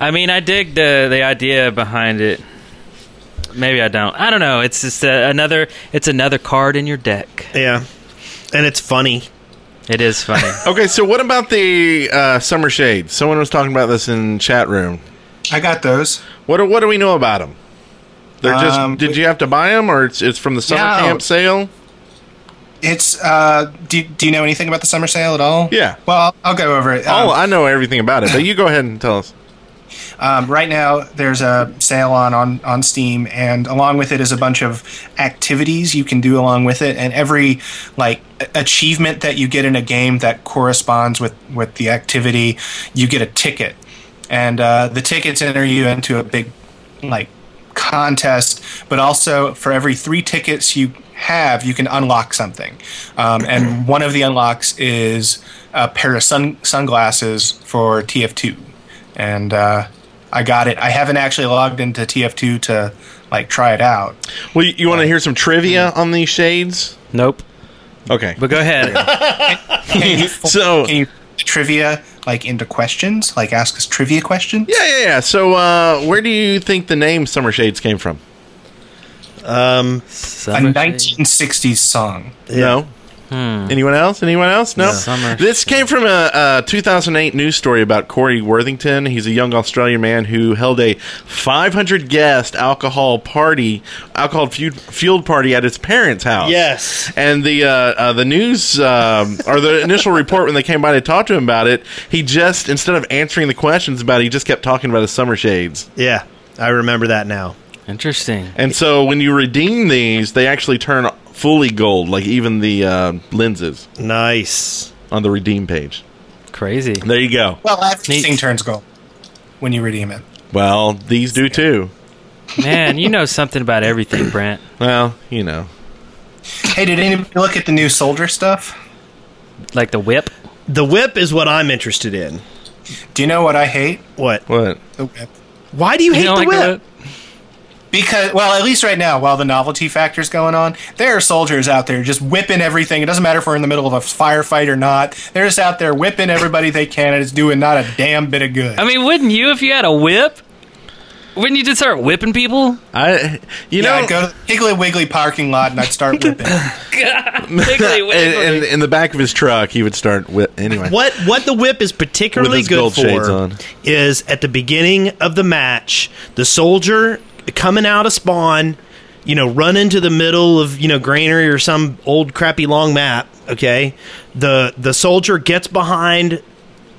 I mean, I dig the the idea behind it. Maybe I don't. I don't know. It's just uh, another. It's another card in your deck.
Yeah. And it's funny.
It is funny.
Okay, so what about the uh, Summer Shades? Someone was talking about this in chat room.
I got those.
What do, what do we know about them? They're just.
Um,
did you have to buy them, or it's it's from the summer
No.
camp sale?
It's uh, do do you know anything about the summer sale at all?
Yeah.
Well, I'll go over it. Um,
oh, I know everything about it, but you go ahead and tell us.
Um, right now, there's a sale on, on on Steam, and along with it is a bunch of activities you can do along with it, and every like a- achievement that you get in a game that corresponds with with the activity, you get a ticket, and uh, the tickets enter you into a big like contest, but also for every three tickets you have, you can unlock something. Um, and one of the unlocks is a pair of sun- sunglasses for TF2. And uh, I got it. I haven't actually logged into TF2 to like try it out.
Well, you, you want to hear some trivia on these shades?
nope.
Okay.
But go ahead.
So
Can you trivia like into questions? Like ask us trivia questions?
yeah, yeah, yeah. So uh, where do you think the name Summer Shades came from?
A 1960s song.
No. Anyone else? Anyone else? No.
Summer
This came from a, a 2008 news story about Corey Worthington. He's a young Australian man who held a 500 guest alcohol party, alcohol fu- fueled party at his parents' house.
Yes.
And the uh, uh, the news um, or the initial report when they came by to talk to him about it, he just instead of answering the questions about it, he just kept talking about his summer shades.
Yeah. I remember that now.
Interesting.
And so when you redeem these, they actually turn fully gold, like even the uh, lenses
Nice.
on the redeem page.
Crazy.
There you go.
Well, everything
Neat.
turns gold when you redeem it.
Well, these do too.
Man, you know something about everything, Brent.
Well, you know.
Hey, did anybody look at the new soldier stuff?
Like the whip.
The whip is what I'm interested in.
Do you know what I hate?
What?
What?
The whip.
Why do you, hate
You
the
don't like
whip?
Because, well, at least right now, while the novelty factor's going on, there are soldiers out there just whipping everything. It doesn't matter if we're in the middle of a firefight or not. They're just out there whipping everybody they can, and it's doing not a damn bit of good.
I mean, wouldn't you if you had a whip? Wouldn't you just start whipping people?
I
yeah,
you know
I'd go to the Piggly Wiggly parking lot and I'd start whipping.
Piggly Wiggly.
in, in, in the back of his truck, he would start with anyway.
What what the whip is
With
particularly
his
good
gold
for
shades on.
is at the beginning of the match, the soldier coming out of spawn, you know, run into the middle of you know granary or some old crappy long map. Okay, the the soldier gets behind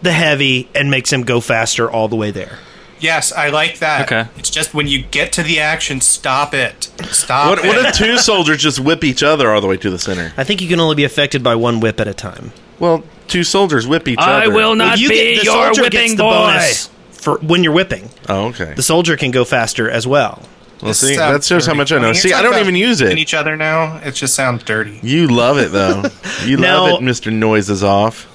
the heavy and makes him go faster all the way there.
Yes, I like that.
Okay.
It's just when you get to the action, stop it. Stop
What,
it.
what if two soldiers just whip each other all the way to the center?
I think you can only be affected by one whip at a time.
Well, two soldiers whip each
I
other.
will not
you
be
the
your
soldier
whipping
gets the
boy.
bonus for when you're whipping.
Oh, okay.
The soldier can go faster as well.
Well, see,
Sounds
that shows how
dirty.
much I know.
mean, it's
See, I
not
don't
about
even use
hitting
it.
Each other now. It just sounds dirty.
You love it though. You
No.
love it. Mister Noise is off.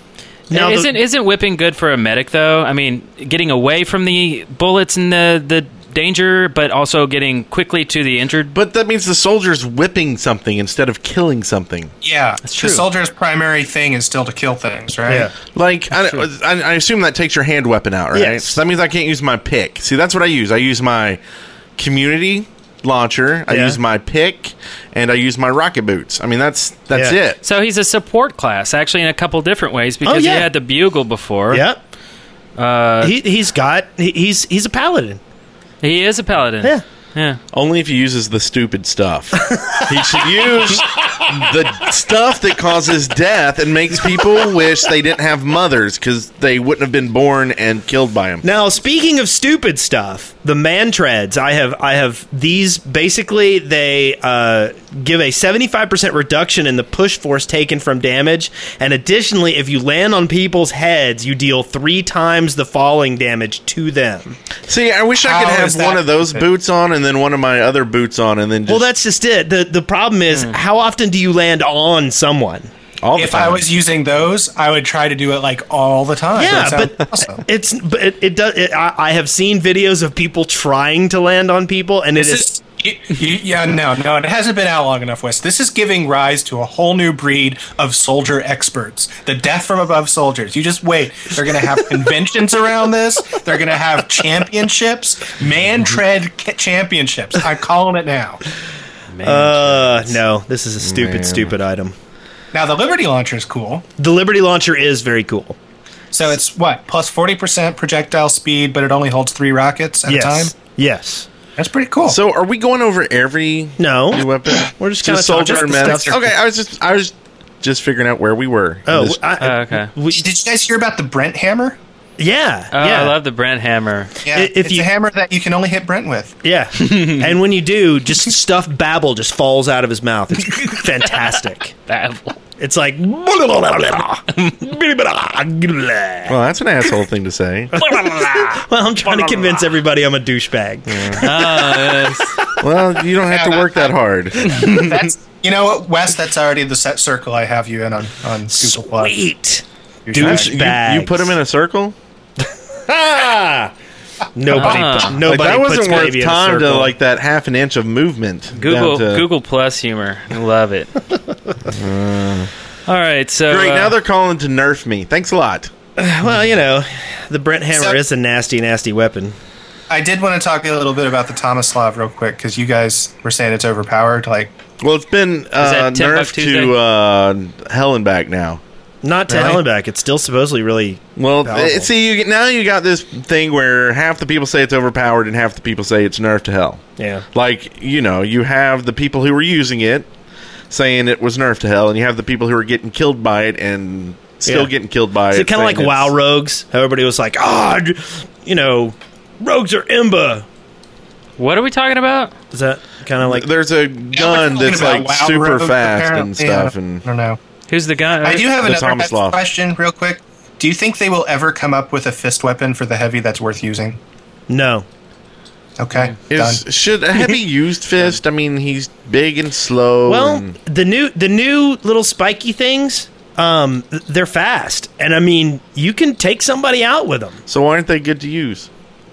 Now the-
isn't isn't whipping good for a medic though? I mean, getting away from the bullets and the the danger, but also getting quickly to the injured.
But that means the soldier's whipping something instead of killing something.
Yeah, that's
true.
The soldier's primary thing is still to kill things, right?
Yeah.
Like I, I, I assume that takes your hand weapon out, right?
Yes.
So that means I can't use my pick. See, that's what I use. I use my community launcher. I
Yeah.
use my pick, and I use my rocket boots. I mean, that's that's
Yeah.
it.
So he's a support class actually in a couple different ways because
yeah.
he had the bugle before.
Yep. he, he's got he, he's he's a paladin.
He is a paladin.
Yeah.
Yeah.
Only if he uses the stupid stuff. he should use the stuff that causes death and makes people wish they didn't have mothers because they wouldn't have been born and killed by him.
Now, speaking of stupid stuff, the man treads. I have I have these. Basically, they uh, give a seventy five percent reduction in the push force taken from damage, and additionally, if you land on people's heads, you deal three times the falling damage to them.
See, I wish I could
How
have
is that
one of those
stupid?
boots on and then one of my other boots on and then just
Well, that's just Hmm. it. the The problem is, how often do you land on someone?
all the
If I
time.
was using those, I would try to do it like all the time.
Yeah,
That sounds
but
awesome.
it's but it, it does. It, I, I have seen videos of people trying to land on people, and it
This
is
is, y- y- yeah, no, no, it hasn't been out long enough, Wes. This is giving rise to a whole new breed of soldier experts. The death from above soldiers. You just wait. They're going to have conventions around this. They're going to have championships, man tread
Mm-hmm.
ca- championships. I'm calling it now.
uh no, this is a stupid stupid item.
Now, the Liberty Launcher is cool.
The Liberty Launcher is very cool.
So it's what? Plus 40% projectile speed, but it only holds three rockets at
Yes.
a time?
Yes.
That's pretty cool.
So, are we going over every
No.
new weapon?
We're just
Just
kinda talking
soldier and
about
medic.
stuff.
Okay, I was just I was just figuring out where we were.
Oh,
This-
I,
Oh, okay.
we-
did you guys hear about the Brent hammer?
yeah.
Oh,
yeah.
I love the Brent hammer.
Yeah,
If
it's
you-
a hammer that you can only hit Brent with.
yeah. and when you do, just stuff babble just falls out of his mouth. It's fantastic. It's like Well,
well, that's an asshole thing to say.
I'm trying to convince everybody I'm a douchebag.
well, you don't have to work that hard.
That's you know what, Wes. That's already the set circle I have you in on on Google Plus.
Sweet.
Actually, You,
Douchebags.
you put him in a circle.
Ah! Nobody,
Ah.
put,
Uh-huh. Like
nobody
that
puts
wasn't worth
gravy in a
time to
circle.
like that half an inch of movement.
Google
down to-
Google Plus humor. I love it. All right, so
Great.
uh,
now they're calling to nerf me. Thanks a lot.
Well, you know, the Brent hammer
So-
is a nasty, nasty weapon.
I did want to talk a little bit about the Tomislav real quick because you guys were saying it's overpowered. Like,
Well, it's been uh,
that Timbuk
nerfed to
Tuesday?
uh, hell and back now.
Not to
Really?
hell and back. It's still supposedly really.
Well,
Powerful.
uh, see, you get, now you got this thing where half the people say it's overpowered and half the people say it's nerfed to hell.
Yeah.
Like, you know, you have the people who were using it saying it was nerfed to hell, and you have the people who are getting killed by it and still
Yeah.
getting killed by
Is
it.
it kind of like
saying
WoW
it's-
Rogues? How everybody was like, ah, d- you know, rogues are imba.
what are we talking about?
Is that kind of like.
There's a gun
talking
that's
about
like
WoW
super
Rogue,
fast
apparently.
and stuff,
Yeah,
and
I don't know.
Who's the guy?
I do have
The
another heavy
Tomislav.
question, real quick. Do you think they will ever come up with a fist weapon for the heavy that's worth using?
no.
Okay,
is
done.
should a heavy used fist? I mean, he's big and slow.
Well,
and-
the new the new little spiky things, um, th- they're fast, and I mean, you can take somebody out with them.
so why aren't they good to use?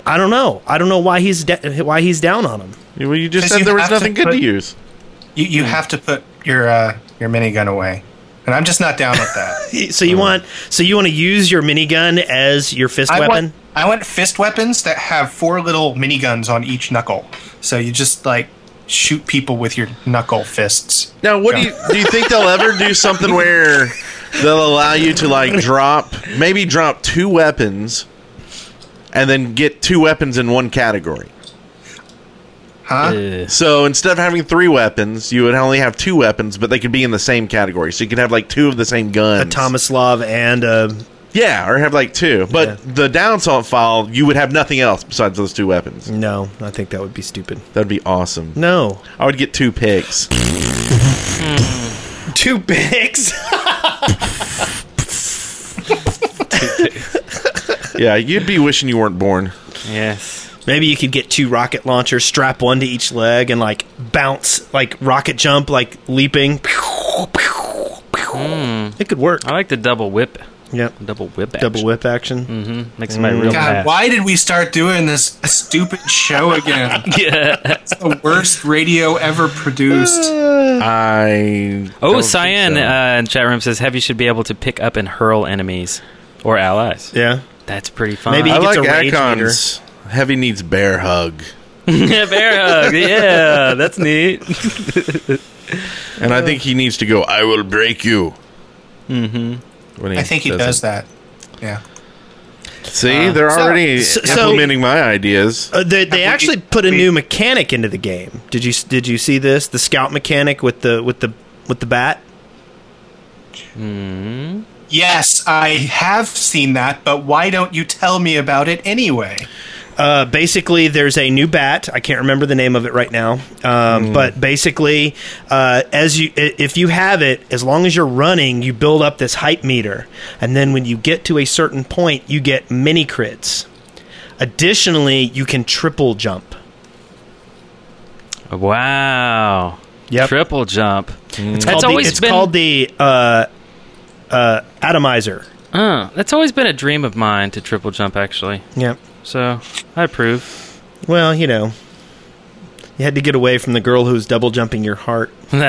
I don't know. I don't know why he's da- why he's down on them.
You- Well, you just
'Cause
said
you
there was
have to
nothing good to
put-
use.
You you have to put your uh, your minigun away, and I'm just not down with that.
So you want so you want to use your minigun as your fist
I
weapon?
want I want fist weapons that have four little miniguns on each knuckle, so you just like shoot people with your knuckle fists.
Now, what do you do? You think they'll ever do something where they'll allow you to like drop, maybe drop two weapons, and then get two weapons in one category?
Huh?
So instead of having three weapons, you would only have two weapons, but they could be in the same category. So you could have like two of the same guns.
Tomislav and a
Yeah, or have like two. But the downsault file, you would have nothing else besides those two weapons.
No, I think that would be stupid.
That'd be awesome.
No.
I would get two picks.
Two picks.
yeah, you'd be wishing you weren't born.
Yes.
Maybe you could get two rocket launchers, strap one to each leg, and like bounce, like rocket jump, like leaping. It could work.
I like the double whip.
Yep.
Double whip.
Double whip action.
whip. Makes somebody real
God,
mad.
why did we start doing this stupid show again? It's the worst radio ever produced.
I
Oh,
don't
Cyan
think so.
uh, in chat room says Heavy should be able to pick up and hurl enemies or allies.
Yeah.
That's pretty fun.
Maybe-
I
he gets
like
a rage
Akon's. Heavy needs bear hug,
yeah, bear hug. Yeah, that's neat.
and
Uh.
I think he needs to go. I will break you. Mm-hmm.
I think he does Uh, that. Yeah.
See, they're already
so- so-
implementing my ideas.
Uh, they they
we-
actually put a
we-
new mechanic into the game. Did you did you see this? The scout mechanic with the with the with the bat.
Yes, I have seen that, but why don't you tell me about it anyway?
Uh, basically, there's a new bat. I can't remember the name of it right now, um, but basically, uh, as you i- if you have it, as long as you're running, you build up this hype meter, and then when you get to a certain point, you get mini crits. Additionally, you can triple jump.
Wow.
Yep.
Triple jump. It's
Called
that's
the-
always
it's
been
called the uh, uh, atomizer.
uh, that's always been a dream of mine to triple jump actually.
Yep.
So I approve.
Well, you know, you had to get away from the girl who's double jumping your heart.
Ah.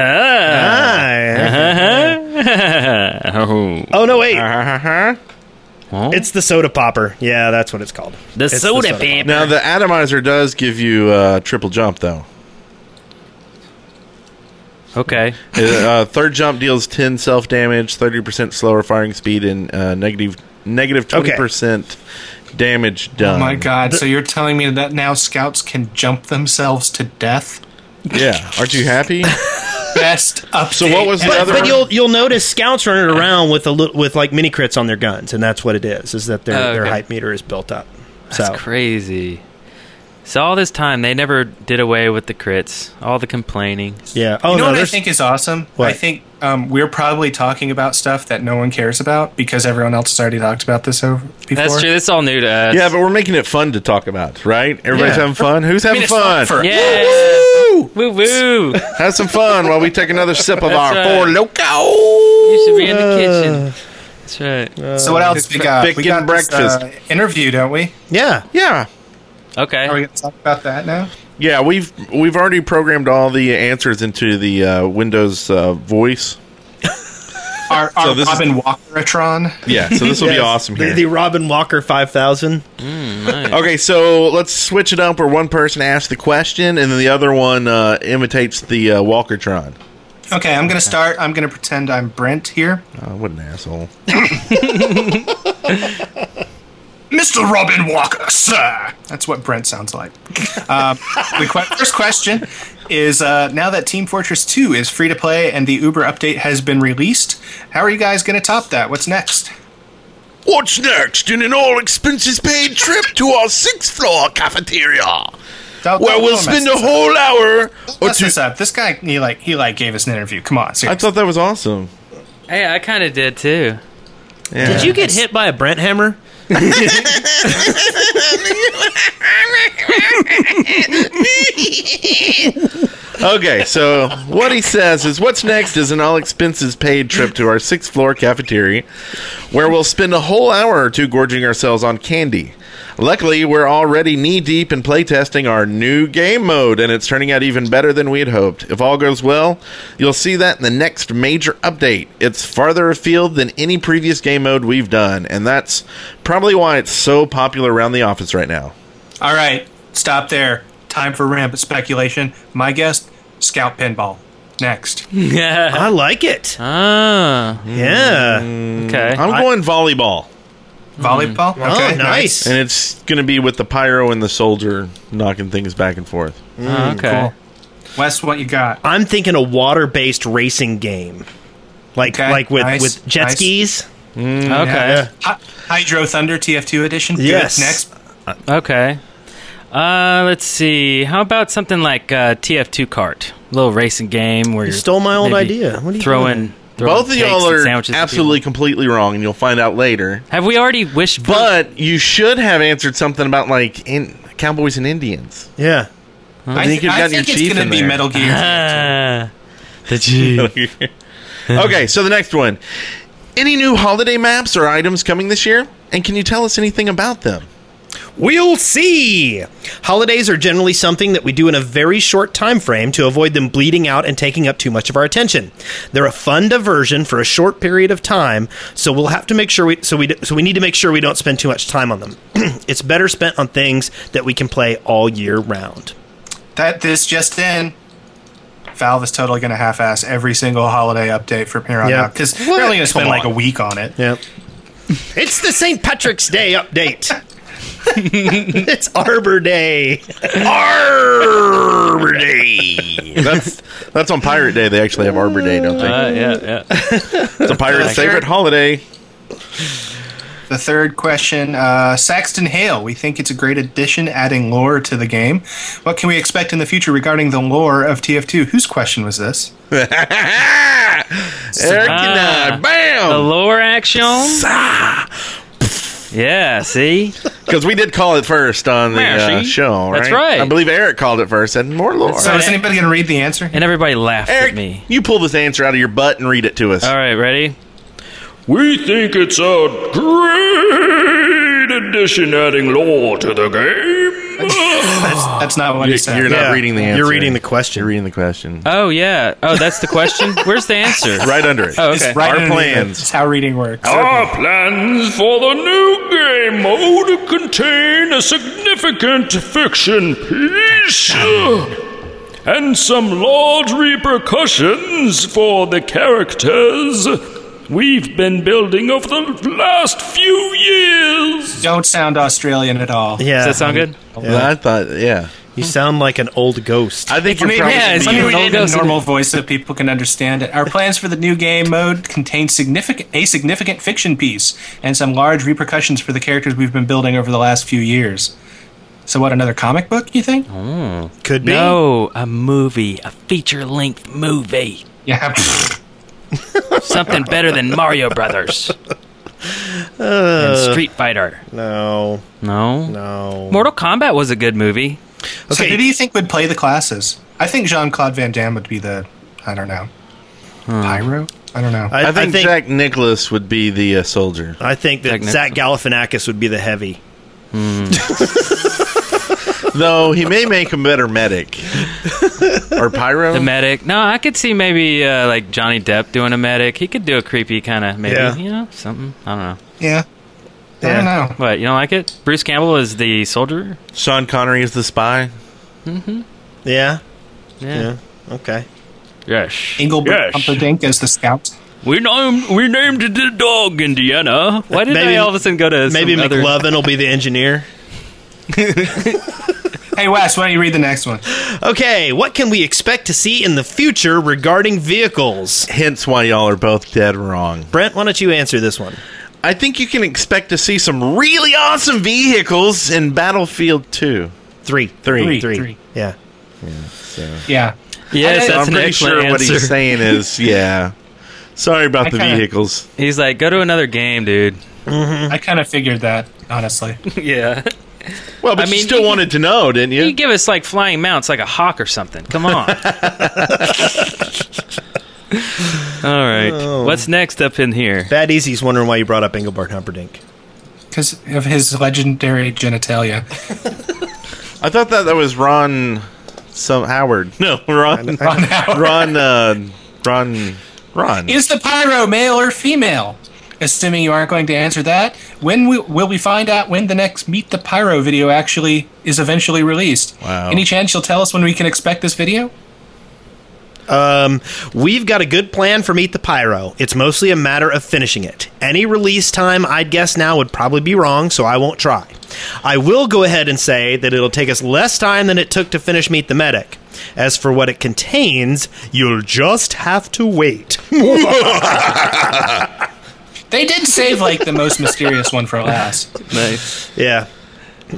Ah.
Oh.
Oh no, wait.
Uh-huh.
It's the soda popper. Yeah, that's what it's called.
The
It's
soda
popper.
pimp.
Now the atomizer does give you uh, triple jump though.
Okay.
Uh, uh, third jump deals ten self damage, thirty percent slower firing speed, and uh, negative negative
Okay.
twenty percent damage done.
Oh my god, so you're telling me that now scouts can jump themselves to death?
Yeah, aren't you happy?
Best update.
So what was the
ever.
other?
But you'll you'll notice scouts running around with a little, with like mini crits on their guns, and that's what it is. Is that their
Oh,
their
okay.
hype meter is built up.
That's
so
crazy. So all this time they never did away with the crits. All the complaining.
yeah. Oh
You know
no,
what I
there's-
think is awesome?
What?
I think um, we're probably talking about stuff that no one cares about because everyone else has already talked about this over before.
That's true. This is all new to us.
yeah, but we're making it fun to talk about, right? Everybody's
Yeah.
having fun. Who's having
it's fun
fun?
for-
Yes. Woo woo.
Have some fun while we take another sip of our
right.
four loco.
You should be in the
Uh.
kitchen. That's right.
So what else we got?
Big
we got
breakfast.
this, uh, interview, don't we?
yeah.
Yeah,
Okay.
Are we going to talk about that now?
yeah. We've we've already programmed all the answers into the uh, Windows uh, voice.
Our, our
this is-
Robin Walkeratron.
Yeah, so this will be
Yes.
awesome
The,
here.
the Robin Walker five thousand.
Okay, so let's switch it up where one person asks the question and then the other one uh, imitates the uh, Walkertron.
Okay, I'm going to start. I'm going to pretend I'm Brent here.
Oh, what an asshole.
Mr. Robin Walker, sir. That's what Brent sounds like. Um, the que- first question is: uh, Now that Team Fortress 2 is free to play and the Uber update has been released, how are you guys going to top that? What's next?
What's next in an all expenses paid trip to our sixth floor cafeteria
Don't-
where
Oh,
don't-
we'll
don't
spend
mess
a
this up.
whole hour or
Mess
Oh, two?
this up. This guy, he like, he like gave us an interview. Come on,
I
seriously.
thought that was awesome.
Hey, I kind of did too.
Yeah.
Did you get hit by a Brent hammer?
Okay, so what he says is what's next is an all expenses paid trip to our sixth floor cafeteria where we'll spend a whole hour or two gorging ourselves on candy. Luckily, we're already knee deep in playtesting our new game mode, and it's turning out even better than we had hoped. If all goes well, you'll see that in the next major update. It's farther afield than any previous game mode we've done, and that's probably why it's so popular around the office right now.
All right, stop there. Time for rampant speculation. My guest, Scout Pinball. Next.
Hmm.
Yeah.
I like it.
Ah.
Mm.
Yeah.
Okay. Uh-huh,
I'm going volleyball.
Volleyball?
Oh,
Okay,
nice.
And it's going to be with the pyro and the soldier knocking things back and forth.
Oh, okay.
Wes, what you got?
I'm thinking a water based racing game, like
Okay,
like with
nice,
with jet
nice.
skis.
Okay.
Hy- Hydro Thunder TF2 edition. Do it
Yes.
Next.
Okay. Uh, let's see. How about something like uh, TF2 cart, a little racing game where you
stole my old idea. What are you
throwing, throwing
Both of y'all
cakes and
are
sandwiches at
absolutely
people.
completely wrong, and you'll find out later.
Have we already wished? for-
But you should have answered something about like in cowboys and Indians.
Yeah.
I,
think
think,
you've
I
gotten your
think it's
chief
going
in
to be
there.
Metal Gear.
uh,
Ah, the G.
okay, so the next one. Any new holiday maps or items coming this year? And can you tell us anything about them?
We'll see. Holidays are generally something that we do in a very short time frame to avoid them bleeding out and taking up too much of our attention. They're a fun diversion for a short period of time, so we'll have to make sure we so we d- so we need to make sure we don't spend too much time on them. it's better spent on things that we can play all year round.
that this just in. Valve is totally going to half-ass every single holiday update from here on
Yeah.
out because they're only going to spend
Come
like a
on.
week on it.
Yeah. it's the St. Patrick's Day update. it's Arbor Day.
Arbor Day. that's that's on Pirate Day. They actually have Arbor Day, don't they?
Uh, yeah, yeah.
it's a pirate's favorite holiday.
The third question, uh, Saxton Hale. We think it's a great addition, adding lore to the game. What can we expect in the future regarding the lore of TF2? Whose question was this?
Eric and I,
Ah. The
bam!
lower action. Yeah. See.
Because we did call it first on the
Yeah,
uh,
see?
show, right?
That's right.
I believe Eric called it first, and more lore.
So is anybody going to read the answer?
And everybody laughed
Eric,
at me.
you pull this answer out of your butt and read it to us.
All right, ready?
We think it's a great addition adding lore to the game.
That's,
Oh,
that's not what he said.
You're not
Yeah.
reading the
You're
answer.
reading the question.
You're reading the question.
Oh yeah. Oh, that's the question. Where's the answer?
right under it.
Oh,
It's
okay.
right
Our
underneath it.
plans. Oh.
That's how reading works.
Our plans for the new game mode contain a significant fiction piece uh, and some large repercussions for the characters we've been building over the last few years.
Don't sound Australian at all.
Yeah.
Does that sound good?
I thought, yeah.
You sound like an old ghost.
I think you're
Maybe,
probably.
yeah, it's-
maybe we
don't
need
go
a
so-
normal voice so people can understand it. Our plans for the new game mode contain significant a significant fiction piece and some large repercussions for the characters we've been building over the last few years. So what, another comic book, you think?
Oh.
Could be.
No, Oh, a movie, a feature-length movie,
Yeah.
something better than Mario Brothers
Uh.
and Street Fighter.
No.
No.
No.
Mortal Kombat was a good movie.
So
Okay.
who do you think would play the classes? I think Jean Claude Van Damme would be the I don't know. Pyro? I don't know.
I think Jack Nicholas would be the uh, soldier.
I think that
Technic-
Zach Galifianakis would be the heavy.
Though he may make a better medic. or pyro?
The medic. No, I could see maybe uh, like Johnny Depp doing a medic. He could do a creepy kind of maybe,
Yeah.
you know, something. I don't know.
yeah. I
Yeah.
don't know.
But you don't like it? Bruce Campbell is the soldier.
Sean Connery is the spy.
Yeah.
Yeah.
Okay.
Yes.
Yes.
Engelbert Humperdinck as the scout.
We named we named the dog Indiana. Why did
Maybe-
I all of a sudden go to
Maybe
some other-
McLovin will be the engineer.
Hey Wes, why don't you read the next one?
Okay. What can we expect to see in the future regarding vehicles?
Hence why y'all are both dead wrong.
Brent, why don't you answer this one?
I think you can expect to see some really awesome vehicles in Battlefield 2.
Three.
Three.
Three.
Three.
Yeah.
Yeah.
Yes,
I-
that's
I'm
an
pretty
excellent
sure what
answer.
he's saying is, yeah. Sorry about
I
the
kinda-
vehicles.
He's like, go to another game, dude.
I kind of figured that, honestly.
yeah.
Well, but
I mean,
you still
he-
wanted to know, didn't you?
You give us like flying mounts, like a hawk or something. Come on. All right. What's next up in here?
Bad Easy's wondering why you brought up Engelbert Humperdinck.
Because of his legendary genitalia.
I thought that that was Ron, some Howard. No, Ron,
Ron Howard.
Ron, uh, Ron, Ron.
Is the pyro male or female? Assuming you aren't going to answer that, when we, will we find out when the next Meet the Pyro video actually is eventually released?
Wow.
Any chance you'll tell us when we can expect this video?
Um, we've got a good plan for Meet the Pyro. It's mostly a matter of finishing it. Any release time, I'd guess now, would probably be wrong, so I won't try. I will go ahead and say that it'll take us less time than it took to finish Meet the Medic. As for what it contains, you'll just have to wait.
They did save like the most mysterious one for last.
Nice.
Yeah.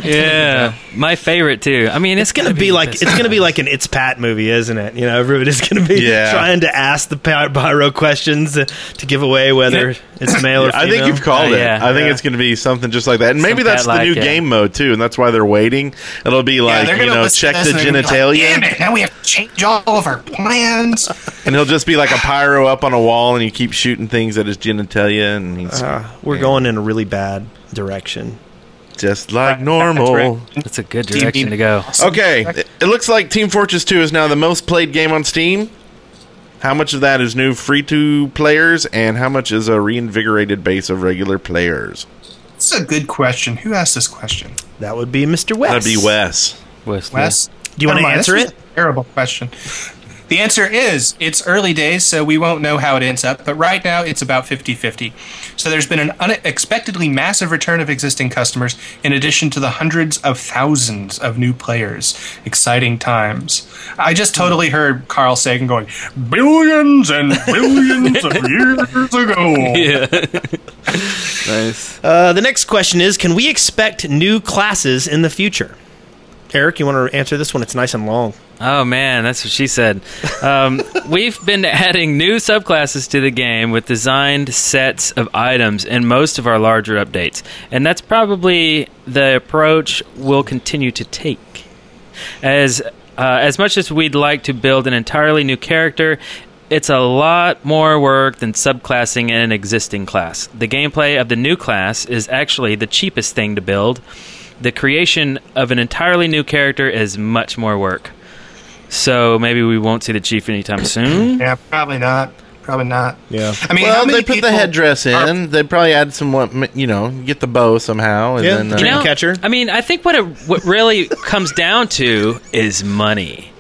Yeah, my favorite too. I mean, it's,
gonna be like
it's
it's gonna be like an it's Pat movie, isn't it? You know, everybody's gonna be
Yeah.
trying to ask the Py- pyro questions to, to give away whether it's male or female.
I think you've called
Uh,
it.
yeah.
I think
Yeah.
it's going to be something just like that, and maybe
Some
that's
bad
the
like,
new
yeah.
game mode too, and that's why they're waiting. It'll be like
they're
you
gonna
know,
listen to
check
this
the
and they're gonna be like,
genitalia,
Damn it! Now we have to change all of our plans.
and he'll just be like a pyro up on a wall, and you keep shooting things at his genitalia, and he's
Uh-huh.
We're going in a really bad direction.
just like normal.
That's a good direction to go.
Okay, it it looks like Team Fortress 2 is now the most played game on Steam. How much of that is new free to players, and how much is a reinvigorated base of regular players?
This is a good question. Who asked this question?
That would be Mr. West.
That'd be Wes.
Wesley.
Wes?
Do you wanna
Never mind, this
answer
is a terrible question. The answer is it's early days, so we won't know how it ends up, but right now it's about 50 50. So there's been an unexpectedly massive return of existing customers, in addition to the hundreds of thousands of new players. Exciting times. I just totally heard Carl Sagan going, billions and billions of years ago.
Nice.
Uh, the next question is: Can we expect new classes in the future? Eric, you want to answer this one? It's nice and long.
Oh man, that's what she said. Um, we've been adding new subclasses to the game with designed sets of items in most of our larger updates, and that's probably the approach we'll continue to take. As uh, as much as we'd like to build an entirely new character, it's a lot more work than subclassing in an existing class. The gameplay of the new class is actually the cheapest thing to build. The creation of an entirely new character is much more work. So maybe we won't see the chief anytime soon.
Yeah, probably not. Probably not.
Yeah.
I mean, how
Well,
many
they put the
people
headdress
are-
in. They probably add some, what m- you know, get the bow somehow, and
Yeah.
then uh,
You know,
Dreamcatcher?
I mean, I think what it what really comes down to is money.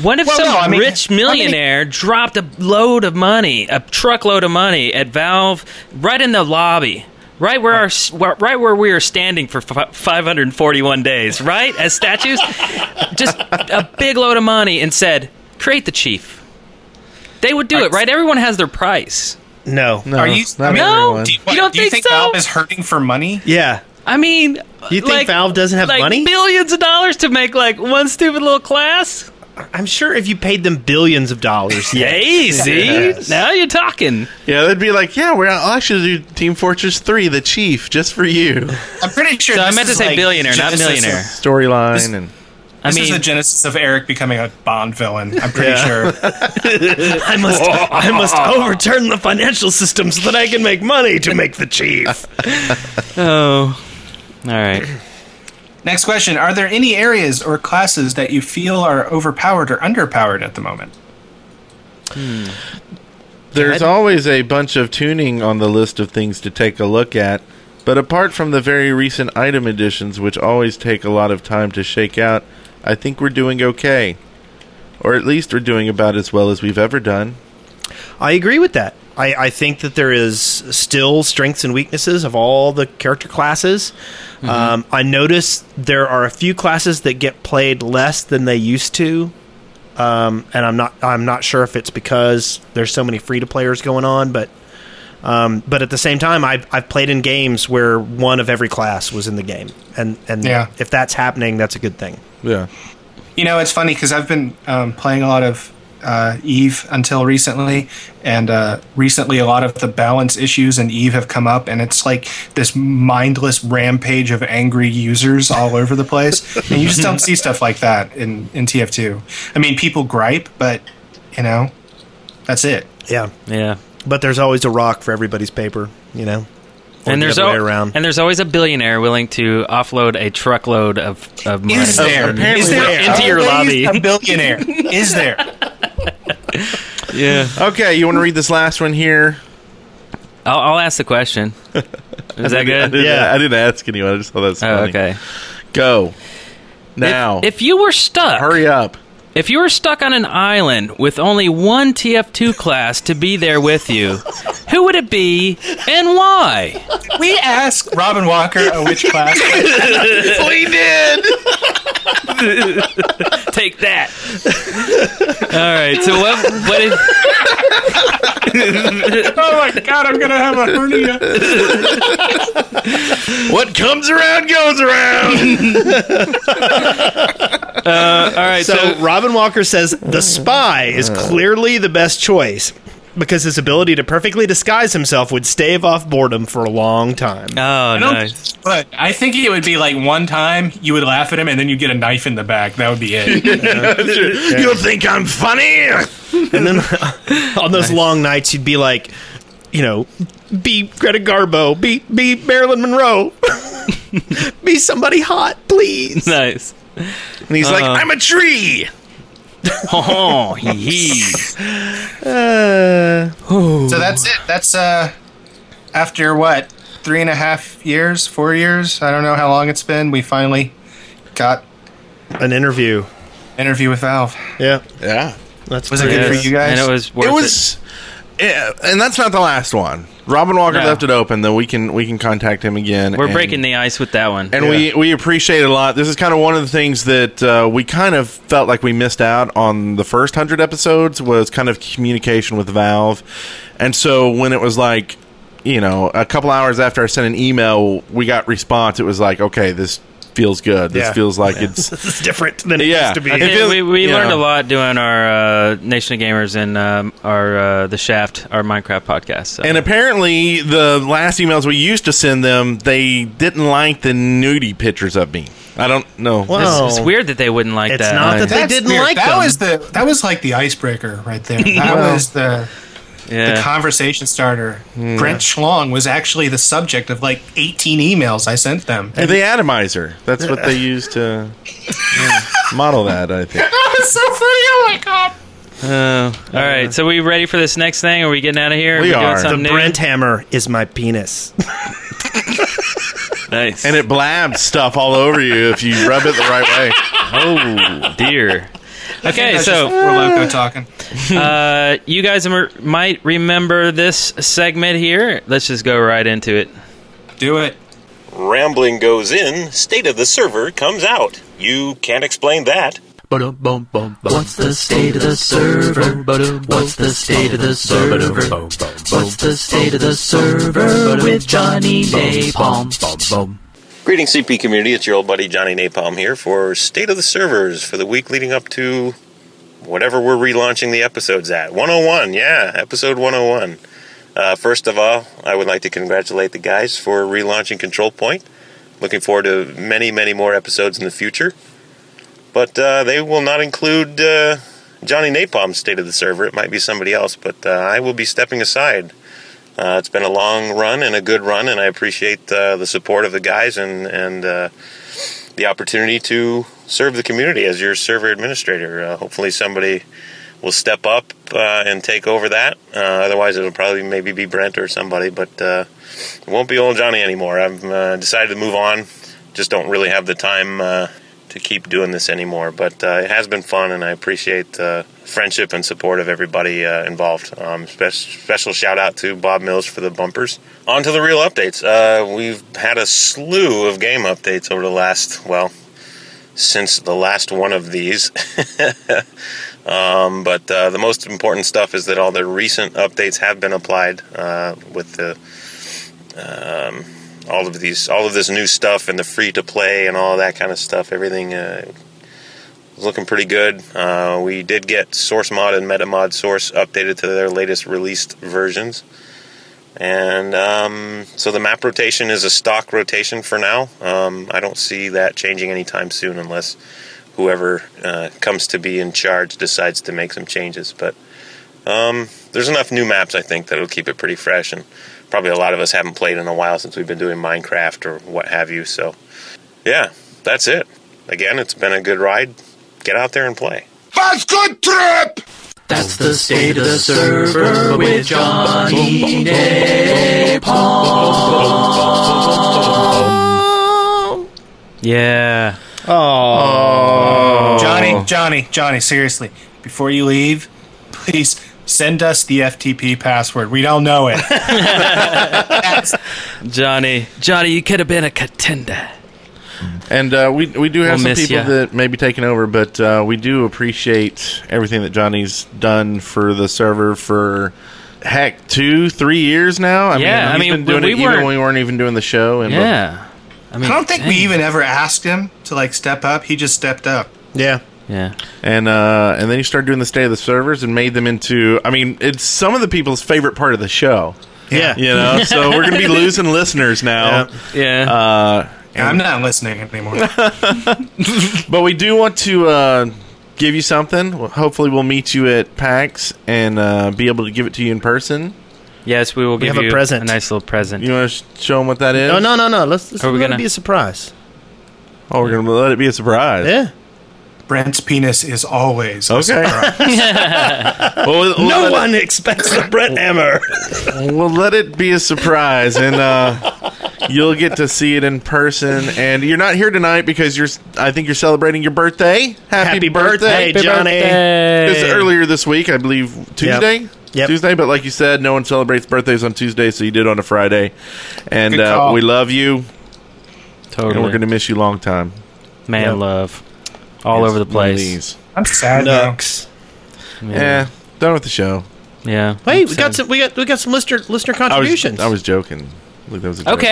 What if
Well,
some
no, I mean,
rich
how many-
millionaire dropped a load of money, a truckload of money at Valve, right in the lobby, right where our s- wh- right where we were standing for f- 541 days, right as statues, just a big load of money, and said, "Create the chief." They would do it, right? Everyone has their price.
No.
no,
Are you?
not
I mean,
No?
everyone.
Do you,
You don't
do you
think
think
so?
Valve is hurting for money?
Yeah.
I mean,
You think
like-
Valve doesn't have
like
money?
Billions of dollars to make like one stupid little class.
I'm sure if you paid them billions of dollars, yeah.
Easy. Now you're talking.
Yeah, they'd be like, yeah, we're I'll actually do Team Fortress 3, the chief, just for you.
I'm pretty sure.
So I
this
meant to
is
say
like
billionaire, not
Genesis of-
millionaire.
Storyline and.
I
This is
mean,
the genesis of Eric becoming a Bond villain. I'm pretty sure.
I must, I must overturn the financial system so that I can make money to make the chief.
oh, all right.
Next question: Are there any areas or classes that you feel are overpowered or underpowered at the moment?
There's always a bunch of tuning on the list of things to take a look at, but apart from the very recent item additions, which always take a lot of time to shake out, I think we're doing okay. Or at least we're doing about as well as we've ever done.
I agree with that. I, I think that there is still strengths and weaknesses of all the character classes. Um, I notice there are a few classes that get played less than they used to, um, and I'm not I'm not sure if it's because there's so many free to players going on, but um, but at the same time, I've I've played in games where one of every class was in the game, and and
Yeah.
if that's happening, that's a good thing.
Yeah.
You know, it's funny because I've been um, playing a lot of uh, Eve until recently, and uh, recently a lot of the balance issues in Eve have come up, and it's like this mindless rampage of angry users all over the place, and you just don't see stuff like that in in TF2. I mean, people gripe, but you know, that's it.
Yeah,
Yeah.
but there's always a rock for everybody's paper, you know. Or
And
the
there's
other way
al-
around.
and there's always a billionaire willing to offload a truckload of of money
Is there?
apparently
Is there
into your
always
lobby.
a billionaire? Is there?
Yeah.
Okay, you want to read this last one here?
I'll, I'll ask the question. Is that
I
good?
didn't,
Yeah.
I didn't ask anyone. I just thought that's
Oh,
funny.
okay.
Go. Now.
If, if you were stuck,
Hurry up.
If you were stuck on an island with only one TF2 class to be there with you, who would it be and why?
We ask Robin Walker a which class.
we did.
Take that. All right. So what? What is?
Oh my god, I'm gonna have a hernia.
What comes around goes around.
All right.
So,
So,
Robin Walker says the spy is clearly the best choice because his ability to perfectly disguise himself would stave off boredom for a long time.
oh
don't-
nice.
But I think it would be like one time you would laugh at him and then you get a knife in the back. That would be it.
You think I'm funny?
And then on those long nights, you'd be like, you know, be Greta Garbo, be be Marilyn Monroe, be somebody hot, please.
Nice.
And he's like, I'm a tree.
Oh, he.
Uh,
so that's it. That's uh after what? Three and a half years, four years? I don't know how long it's been. We finally got
an interview.
interview with Valve.
Yeah,
Yeah.
that's
Was it good
pretty-
for you guys?
And it was worth
it was eh, and that's not the last one robin walker
No.
left it open though we can we can contact him again
We're
and-
breaking the ice with that one.
and we, we appreciate it a lot. This is kind of one of the things that uh, we kind of felt like we missed out on the first hundred episodes was kind of communication with Valve, and so when it was like, you know, a couple hours after I sent an email, we got response. It was like, okay, this feels good. This
Yeah.
feels like it's
This is different than it
Yeah.
used to be.
I think-
Yeah,
feel-
we we
yeah.
learned a lot doing our uh, Nation of Gamers and um, our uh, the Shaft, our Minecraft podcast. So.
And apparently, the last emails we used to send them, they didn't like the nudie pictures of me. I don't know.
Wow.
it's, it's weird that they wouldn't like
Oh. It's
that.
not that they
That's
didn't
weird.
like
that
them.
was the that was like the icebreaker right there. That was the the
yeah. Hmm.
conversation starter. Brent Schlong was actually the subject of like 18 emails I sent them.
The atomizer. That's what they used to yeah, model that, I think.
That's so funny. Oh my god.
Oh, all right, so we ready for this next thing? Are we getting out of here?
We
doing
are.
something
The
new?
Brent hammer is my penis.
Nice.
And it blabs stuff all over you if you rub it the right way.
oh dear. Okay,
That's
so
just "Ah, we're loco talking.
Uh, you guys mer- might remember this segment here. Let's just go right into it.
Do it.
Rambling goes in, state of the server comes out. You can't explain that.
What's the state of the server? What's the state of the server? What's the state of the server with Johnny Napalm?
Greetings, CP community. It's your old buddy Johnny Napalm here for State of the Servers for the week leading up to whatever we're relaunching the episodes at. 101, yeah, episode 101. Uh, first of all, I would like to congratulate the guys for relaunching Control Point. Looking forward to many, many more episodes in the future. But uh, they will not include uh, Johnny Napalm's State of the Server. It might be somebody else, but uh, I will be stepping aside. Uh, it's been a long run and a good run, and I appreciate uh, the support of the guys and and uh, the opportunity to serve the community as your server administrator. Uh, hopefully, somebody will step up uh, and take over that. Uh, otherwise, it'll probably maybe be Brent or somebody, but uh, it won't be old Johnny anymore. I've uh, decided to move on. Just don't really have the time uh, to keep doing this anymore. But uh, it has been fun, and I appreciate the friendship and support of everybody uh, involved. Um, spe- special shout out to Bob Mills for the bumpers. On to the real updates. Uh, we've had a slew of game updates over the last, well, since the last one of these. Um, but uh, the most important stuff is that all the recent updates have been applied uh, with the um, all of these all of this new stuff and the free to play and all that kind of stuff. Everything uh, is looking pretty good. Uh, we did get source mod and metamod source updated to their latest released versions. And um, so the map rotation is a stock rotation for now. Um, I don't see that changing anytime soon unless whoever uh, comes to be in charge decides to make some changes. But um, there's enough new maps, I think, that'll keep it pretty fresh. And probably a lot of us haven't played in a while since we've been doing Minecraft or what have you. So, yeah, that's it. Again, it's been a good ride. Get out there and play.
That's good trip!
That's the state of the server with Johnny Napalm.
Yeah. Oh.
Johnny, Johnny, Johnny, seriously. Before you leave, please send us the FTP password. We don't know it.
Johnny. Johnny, you could have been a contender.
And uh, we we do
We'll
have some
miss
people
ya.
that may be taking over, but uh, we do appreciate everything that Johnny's done for the server for heck two three years now. I
Yeah,
mean,
I
he's
mean,
been doing
we
it even
weren't-
when we weren't even doing the show. And
I, don't think we even ever asked him to like step up. He just stepped up.
Yeah.
Yeah.
And uh, and then you started doing the state of the servers and made them into I mean, it's some of the people's favorite part of the show.
Yeah.
You know, so we're gonna be losing listeners now.
Yeah.
Uh
I'm not listening anymore.
but we do want to uh, give you something. Well, Hopefully, we'll meet you at PAX and uh, be able to give it to you in person.
Yes, we will
We
give
have a
you
present.
nice little present.
You want to show them what that is?
No, no,
no, no. Let's,
Are we
let it
gonna-
be a surprise?
Oh, we're gonna let it be a surprise.
Yeah.
Brent's penis is always okay.
no one expects a Brett Hammer.
we'll let it be a surprise, and uh, you'll get to see it in person. And you're not here tonight because you're. I think you're celebrating your birthday. Happy,
Happy birthday,
Happy
Johnny.
birthday. It's earlier this week, I believe, Tuesday. Tuesday, but like you said, no one celebrates birthdays on Tuesday, so you did on a Friday. And
Good
uh,
call.
we love you.
Totally.
And we're going to miss you long time.
Man love. All over the place.
I'm sad now.
Yeah. Done with the show.
Yeah.
Wait, we got some. We got we got some listener listener
I was,
contributions.
I was joking. Look, that was a joke.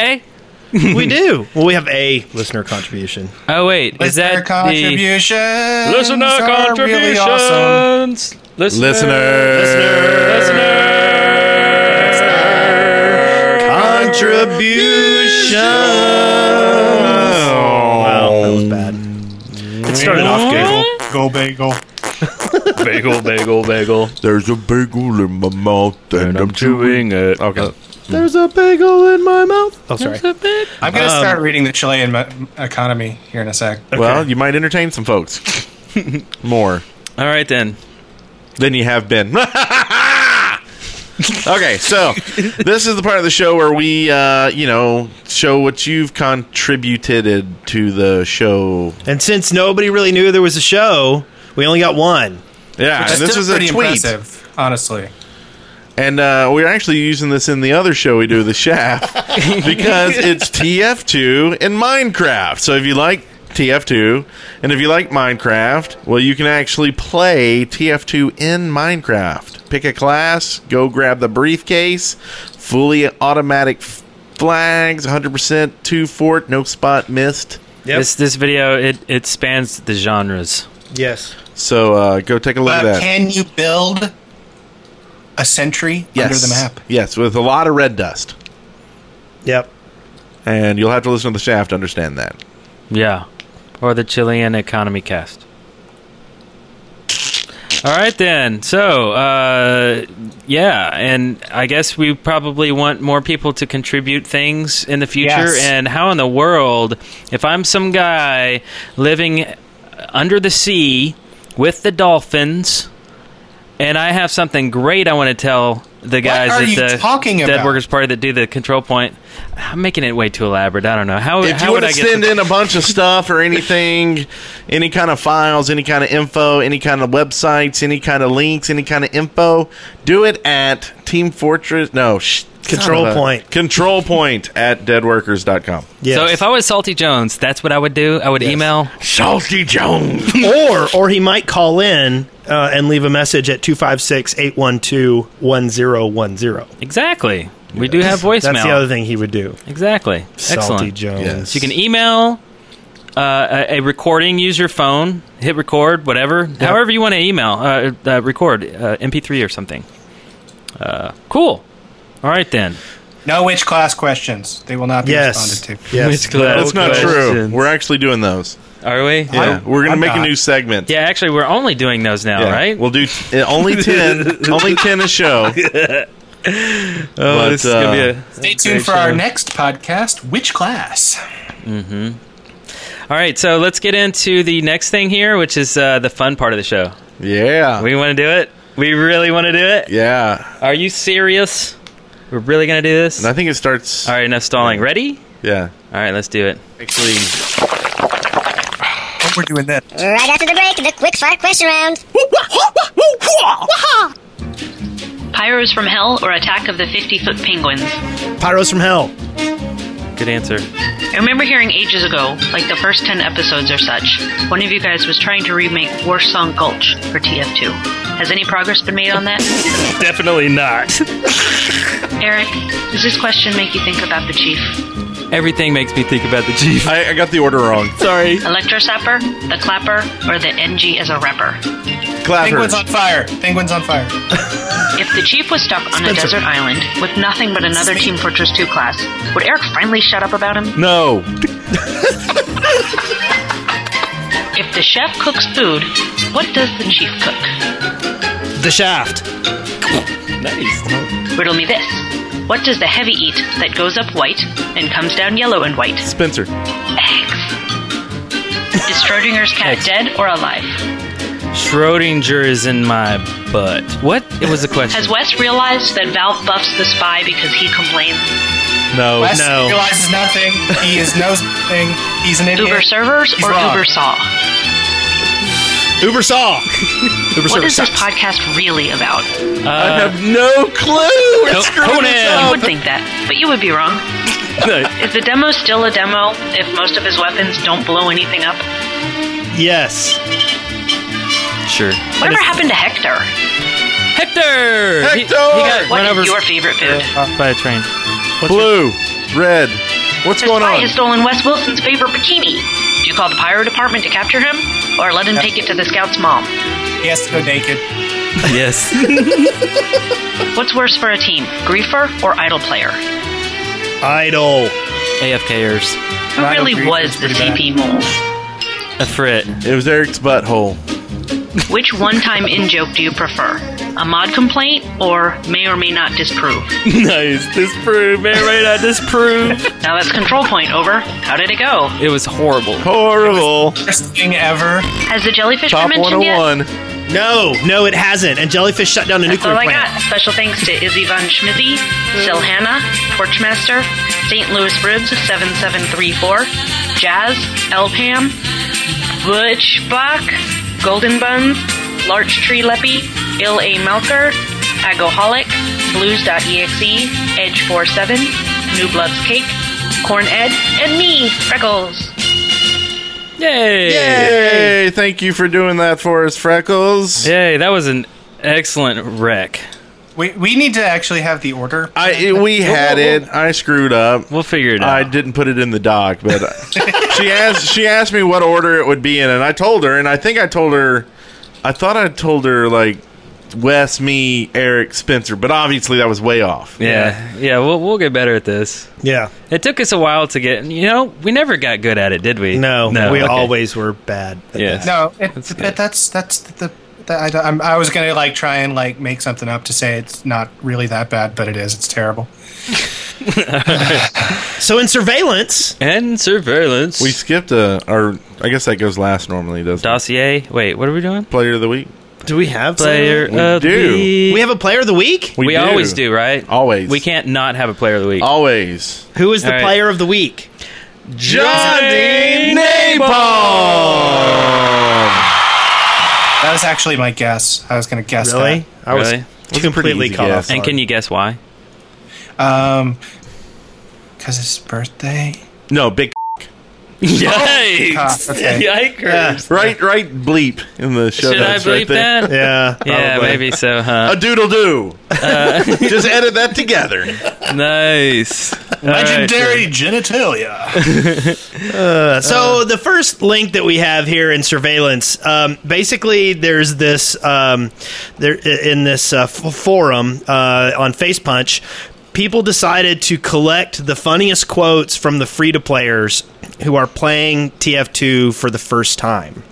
we do. Well, we have a listener contribution.
Oh wait, is that the-
contributions
Listener
are really
contributions. Listener.
Contributions. Wow,
Oh.
that was bad. It started off good.
Go bagel.
bagel, bagel, bagel.
There's a bagel in my mouth, and, I'm chewing it. Okay.
There's a bagel in my mouth.
Oh, sorry.
I'm gonna
Um,
start reading the Chilean mo- economy here in a sec.
Well, you might entertain some folks more.
All right then.
Than you have been. okay, so this is the part of the show where we, uh, you know, show what you've contributed to the show.
And since nobody really knew there was a show, we only got one.
Yeah,
Which is
this
still
was a
pretty
tweet.
impressive, honestly.
And uh, we're actually using this in the other show we do, The Shaft, because it's TF2 and Minecraft. So if you like TF2 and if you like Minecraft, well, you can actually play TF2 in Minecraft. Pick a class, go grab the briefcase, fully automatic f- flags, 100% two fort, no spot missed.
This this video it it spans the genres.
Yes.
So uh, go take a look
But
at that.
can you build a sentry under the map?
Yes, with a lot of red dust.
Yep.
And you'll have to listen to the shaft to understand that.
Yeah. Or the Chilean economy cast. All right then. So, uh yeah, and I guess we probably want more people to contribute things in the future
Yes.
and how in the world if I'm some guy living under the sea with the dolphins and I have something great I want to tell the guys
are
at
you
the
talking
Dead
about?
Workers Party that do the control point. I'm making it way too elaborate. I don't know. How
if
how
you
would
want
I
to
get
send in a bunch of stuff or anything, any kind of files, any kind of info, any kind of websites, any kind of links, any kind of info, do it at Team Fortress. No, sh-
Control
son of a-
Point.
Control Point at deadworkers.com.
So if I was Salty Jones, that's what I would do. I would email
Salty Jones.
or or he might call in uh, and leave a message at 256-812-1010.
Exactly. We do have voicemail.
That's the other thing he would do.
Exactly.
Salty
Excellent.
Jones. Yes.
So you can email uh, a, a recording. Use your phone. Hit record. Whatever. However you want to email. Uh, uh, record uh, MP3 or something. Uh, cool. All right then.
No witch class questions. They will not be responded to.
That's not true. We're actually doing those.
Are we?
Yeah.
I'm-
we're going to
I'm
make
not.
a new segment.
Yeah, actually, we're only doing those now,
Yeah.
right?
We'll do t- uh, only 10 only 10 a show.
oh,
But,
this is gonna be
uh,
a
Stay tuned for our next podcast, Witch Class.
hmm All right, so let's get into the next thing here, which is uh, the fun part of the show.
Yeah.
We want to do it? We really want to do it?
Yeah.
Are you serious? We're really going to do this?
I think it starts.
All right, enough stalling. Ready?
Yeah.
All right, let's do it.
Actually,
we're doing that.
Right after the break, the quick fire question round.
Pyros from Hell or Attack of the 50 Foot Penguins?
Pyros from Hell.
Good answer.
I remember hearing ages ago, like the first 10 episodes or such, one of you guys was trying to remake War Song Gulch for TF2. Has any progress been made on that?
Definitely not.
Eric, does this question make you think about the chief?
Everything makes me think about the chief.
I, I got the order wrong.
Sorry.
Electrosapper, the clapper, or the NG as a rapper?
Penguin's on fire. Penguin's on fire.
If the chief was stuck on a
Spencer.
desert island with nothing but another Team Fortress 2 class, would Eric finally shut up about him?
No.
If the chef cooks food, what does the chief cook?
The shaft.
Nice.
Riddle me this. What does the heavy eat that goes up white and comes down yellow and white?
Spencer.
Is Schrodinger's cat dead or alive?
Schrodinger is in my butt. What? It was a question.
Has Wes realized that Valve buffs the spy because he complains?
no.
Wes
Oh, no.
realizes nothing. He is no thing. He's an idiot.
Uber servers
He's
or
wrong.
Uber saw?
Uber saw. Uber
what
server
is this
sucks.
podcast really about?
I have no clue. It's screwing us
You
up.
would think that, but you would be wrong. Is the demo still a demo if most of his weapons don't blow anything up?
Yes.
Sure.
Whatever happened to Hector?
Hector! He- he got
what
run
is
over
your favorite food?
by a train.
Blue, red. What's
This
going
spy
on?
has stolen Wes Wilson's favorite bikini. Do you call the pyro department to capture him, or let him take it to the scout's mom?
He has to go naked.
Yes.
What's worse for a team, griefer or idle player? Who
Idol.
AFKers.
really was the CP mole?
A frit.
It was Eric's butthole.
Which one-time in joke do you prefer? A mod complaint or may or may not disprove?
nice. Disprove. May or may not disprove.
Now that's control point over. How did it go?
It was horrible.
Horrible.
Worst thing ever.
Has the jellyfish been mentioned
oh
yet?
No, no, it hasn't. And Jellyfish shut down a
That's
nuclear
all I
plant.
got. Special thanks to Izzy von Schmizzy, Sil Hanna, Torchmaster, St. Louis Ribs 7734, Jazz, El Pam, Butch Buck, Golden Buns, Larch Tree Leppy, Il A Melker, Agoholic, E Blues.exe, Edge47, New Bloods Cake, Corn Ed, and me, Freckles.
Yay! Thank you for doing that for us, Freckles.
Yay, that was an excellent wreck.
We, we need to actually have the order.
I we had it. I screwed up.
We'll figure it
out. I didn't put it in the doc, but she asked she asked me what order it would be in, and I told her, and I think I told her, I thought I told her like Wes, me, Eric, Spencer, but obviously that was way off.
Yeah, yeah, we'll, we'll get better at this.
Yeah.
It took us a while to get, you know, we never got good at it, did we?
No, we
okay.
always were bad.
Yes.
No, it, but that's that's the. the I, don't- I'm, I was gonna like try and like make something up to say it's not really that bad, but it is. It's terrible.
So in surveillance
and surveillance,
we skipped a or I guess that goes last normally, doesn't
dossier? Wait, what are we doing?
Player of the week.
Do we have
Player
We
of
do.
the week.
We have a player of the week?
We, always do, right?
Always. Oh,
We can't not have a player of the week.
Always.
Who is the
All right.
player of the week?
Johnny Napalm.
That was actually my guess. I was gonna guess
Really? I was
Really?
completely caught off.
And can you guess why?
that. Um, because it's his birthday.
No, big
Yikes!
Ah, okay.
Yikers!
right right bleep in the show.
Should I
notes right
bleep
there.
that?
Yeah.
Yeah,
Probably.
maybe so, huh?
A doodle do.
Uh,
Just edit that together.
nice. All right.
Legendary genitalia.
Uh, so the first link that we have here in surveillance, um, basically, there's this um, there in this uh, f- forum uh, on FacePunch. People decided to collect the funniest quotes from the free to players who are playing TF2 for the first time.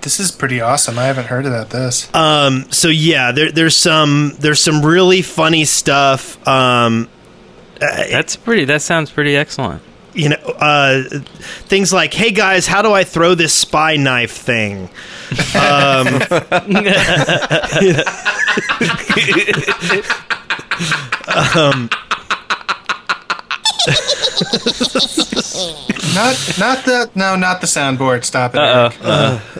this is pretty awesome. I haven't heard about this.
Um, so yeah, there, there's some there's some really funny stuff. Um,
That's pretty. That sounds pretty excellent.
you know, uh, things like, "Hey guys, how do I throw this spy knife thing?" Um, um,
Not not the no, not the soundboard. Stop it.
Uh
Eric.
oh.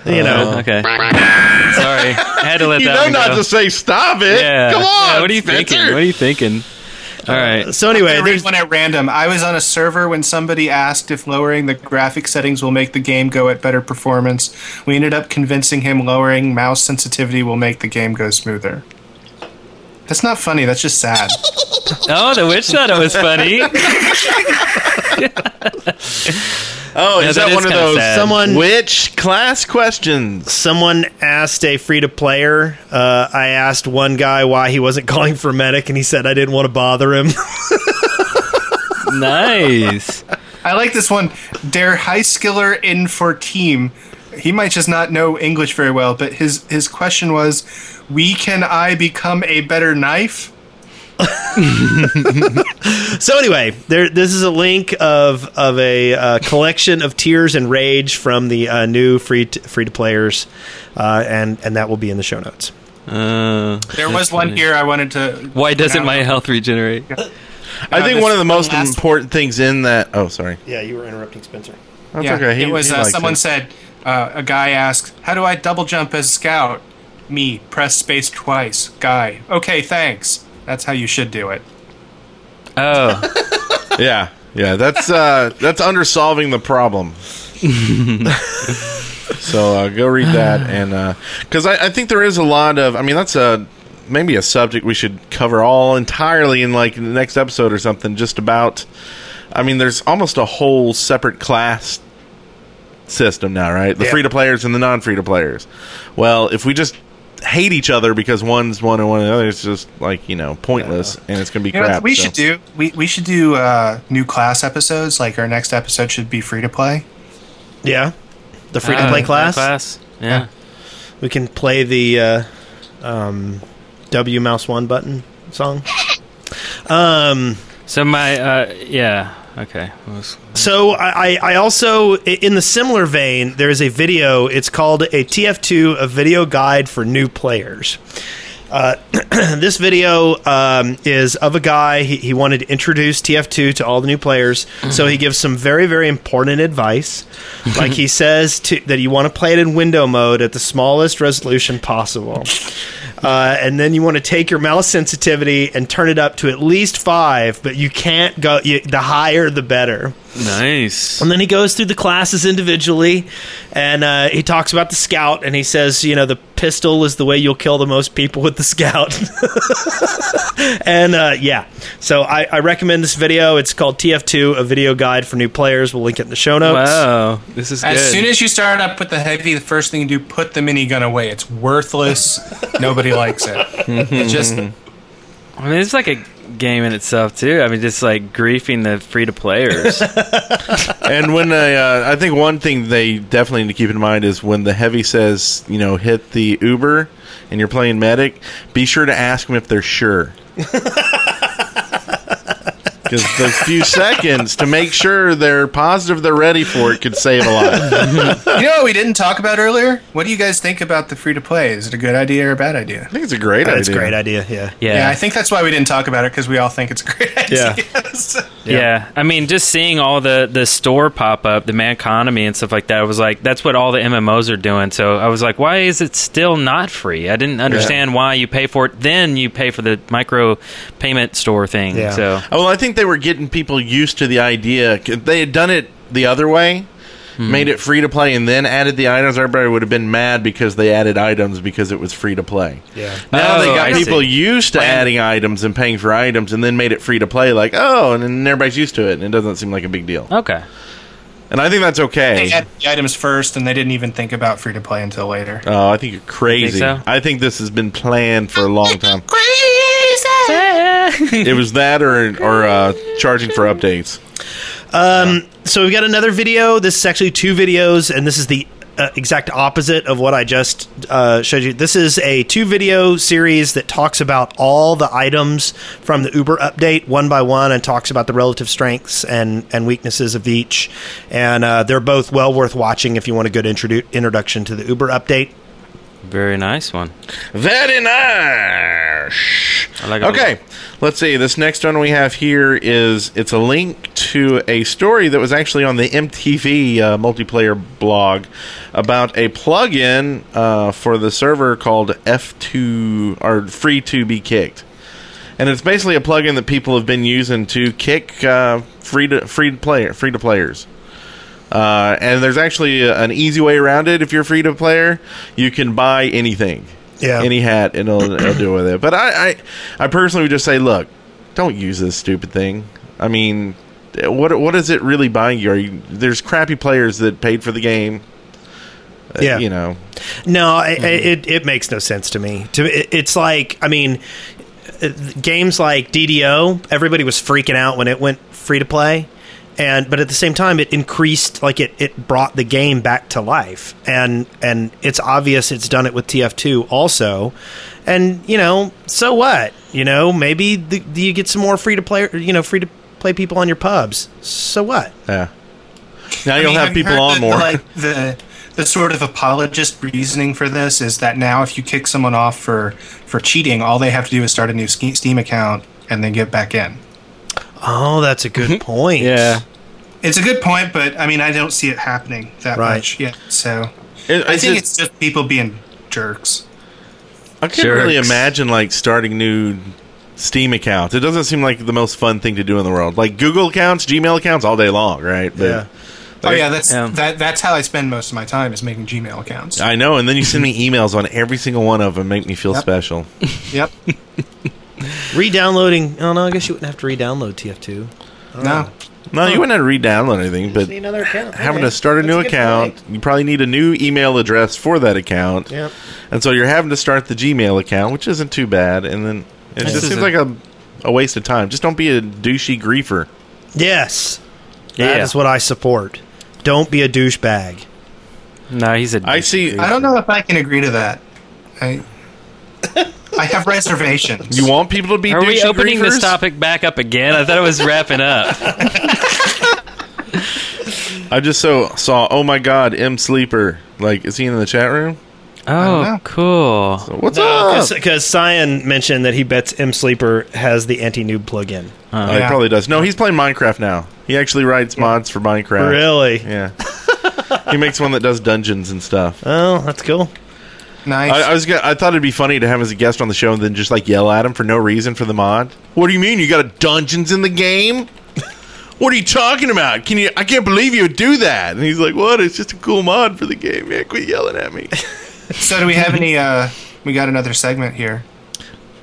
Uh,
you know,
okay. Sorry, I had to let
you
that
know
one
not
go.
to say stop it.
yeah.
Come on. Uh,
Yeah, what are you
Spencer.
thinking? What are you thinking? All right.
So anyway,
there's one at random. I was on a server when somebody asked if lowering the graphic settings will make the game go at better performance. We ended up convincing him lowering mouse sensitivity will make the game go smoother. That's not funny. That's just sad.
Oh, the witch thought it was funny.
Oh, is that, one of those
Someone
which class questions?
Someone asked a free to player. Uh, I asked one guy why he wasn't calling for medic, and he said I didn't want to bother him.
nice.
I like this one. Der Heiskiller in for team. He might just not know English very well, but his his question was, "We can I become a better knife?"
so anyway, there. This is a link of of a uh, collection of tears and rage from the uh, new free t- free to players, uh, and and that will be in the show notes.
Uh,
There was one here I wanted to.
Why doesn't my health regenerate?
I
Uh,
think
this
one of
is
the
the
most
last-
important things in that. Oh, sorry.
Yeah, you were interrupting Spencer.
That's okay. He-
it was
he
uh,
likes
someone
it.
said uh, a guy asked, "How do I double jump as a scout?" Me press space twice. Guy, okay, thanks. That's how you should do it.
Oh,
yeah, yeah. That's uh, that's under solving the problem. so uh, go read that, and because I, I think there is a lot of. I mean, that's a maybe a subject we should cover all entirely in like the next episode or something. Just about. I mean, there's almost a whole separate class system now, right? The
Yeah.
free to players and the non free to players. Well, if we just hate each other because one's one and one another, it's just like you know pointless, and it's gonna be
You know what
crap.
we
so.
should do we, we should do uh, new class episodes. Like our next episode should be free to play.
Yeah, the free to
Ah,
play
free-to-play
class.
Uh, class. Yeah.
we can play the uh, um, W mouse one button song. Um.
So my uh, yeah. Okay. What was-
So I, I I also, i- in the similar vein, there is a video. It's called a TF2, a video guide for new players. Uh, this video um, is of a guy. He, he wanted to introduce TF2 to all the new players, so he gives some very, very important advice. Like he says to, that you want to play it in window mode at the smallest resolution possible, uh, and then you want to take your mouse sensitivity and turn it up to at least five. But you can't go you, the higher the better.
Nice.
And then he goes through the classes individually, and uh, he talks about the scout, and he says, you know, the pistol is the way you'll kill the most people with the scout. and uh, yeah, so I, I recommend this video. It's called TF2, a video guide for new players. We'll link it in the show notes.
Wow, this is
As soon as you start up with the heavy, the first thing you do, put the minigun away. It's worthless. Nobody likes it.
Mm-hmm.
It's just
I mean, it's like a game in itself too. I mean, just like griefing the free to players.
and when I, uh, I think one thing they definitely need to keep in mind is when the heavy says, you know, hit the Uber and you're playing medic, be sure to ask them if they're sure. Because those few seconds to make sure they're positive they're ready for it could save a lot.
you know what we didn't talk about earlier? What do you guys think about the free to play? Is it a good idea or a bad idea? I
think it's a great
That's a great idea. Yeah.
I think that's why we didn't talk about it because we all think it's a great idea.
Yeah. I mean, just seeing all the the store pop up, the man economy and stuff like that, I was like, that's what all the MMOs are doing. So I was like, why is it still not free? I didn't understand why you pay for it. Then you pay for the micro payment store thing. So
Oh, well, I think they were getting people used to the idea. If They had done it the other way,
Hmm.
made it free to play, and then added the items. Everybody would have been mad because they added items because it was free to play.
Yeah.
Now they
Oh,
got
I
people
see.
used to adding items and paying for items, and then made it free to play. Like, oh, and then everybody's used to it, and it doesn't seem like a big deal.
Okay.
And I think that's okay.
They had the items first, and they didn't even think about free to play until later.
Oh, I think you're crazy.
so?
I think this has been planned for a long time. it was that, or or uh, charging for updates.
Um, So we've got another video. This is actually two videos, and this is the uh, exact opposite of what I just uh, showed you. This is a two video series that talks about all the items from the Uber update one by one and talks about the relative strengths and, and weaknesses of each. And uh, they're both well worth watching if you want a good introdu- introduction to the Uber update.
very nice one.
Very nice.
I like it a
Okay, let's see. This next one we have here is it's a link to a story that was actually on the MTV uh, multiplayer blog about a plugin uh, for the server called F2 or Free to Be Kicked. and it's basically a plugin that people have been using to kick uh, free to free to player free to players. Uh, and there's actually a- an easy way around it. If you're a free to player, you can buy anything,
Yeah.
any hat, and it'll, it'll do with it. But I, I, I personally would just say, look, don't use this stupid thing. I mean, what what is it really buying you? Are you there's crappy players that paid for the game. Uh,
Yeah.
you know,
No, I, I, it it makes no sense to me. To it, it's like I mean, uh, games like DDO, everybody was freaking out when it went free to play, and but at the same time, it increased like it it brought the game back to life, and and it's obvious it's done it with TF2 also, and you know so what you know maybe the, you get some more free to play you know free to play people on your pubs so what
yeah. Now
I
you'll
mean,
have
you
people
heard
on
the-
more.
The, like the the sort of apologist reasoning for this is that now if you kick someone off for for cheating, all they have to do is start a new Ske- Steam account and then get back in.
oh that's a good point yeah
It's a good point, but I mean, I don't see it happening that
Right.
much yet. So
It-
I
it's
think
just-
it's just people being jerks.
I can't really
Jerks.
imagine like starting new Steam accounts. It doesn't seem like the most fun thing to do in the world. Like Google accounts, Gmail accounts, all day long, right? But-
Yeah. Oh
like-
yeah, that's that. That's how I spend most of my time is making Gmail accounts.
I know, and then you send me emails on every single one of them, make me feel
Yep.
special.
Yep.
re-downloading oh no i guess you wouldn't have to re-download tf2
No. No, you wouldn't have to re-download anything, but
another account
having to start a new account, you probably need a new email address for that account,
Yep.
and so you're having to start the Gmail account, which isn't too bad, and then it
This
just
is
seems
a-
like a, a waste of time. Just don't be a douchey griefer.
Yes. That
Yeah.
is what I support. Don't be a douchebag.
No, he's a.
I see.
I don't know if I can agree to that. I I have reservations.
You want people to be?
Are we
douchey
opening this
griefers?
topic back up again? I thought it was wrapping up.
I just so saw. Oh my God, M Sleeper. Like, is he in the chat room?
Oh, cool.
what's
Oh.
up?
Because Cyan mentioned that he bets M Sleeper has the anti noob plugin.
Oh, He probably does. No, he's playing Minecraft now. He actually writes mods for Minecraft.
Really?
Yeah. he makes one that does dungeons and stuff.
Oh, that's cool.
Nice.
I, I was. Gonna, I thought it'd be funny to have him as a guest on the show and then just like yell at him for no reason for the mod. What do you mean you got a dungeons in the game? What are you talking about? Can you? I can't believe you would do that. And he's like, "What? It's just a cool mod for the game. Yeah, quit yelling at me."
So do we have any? Uh, we got another segment here.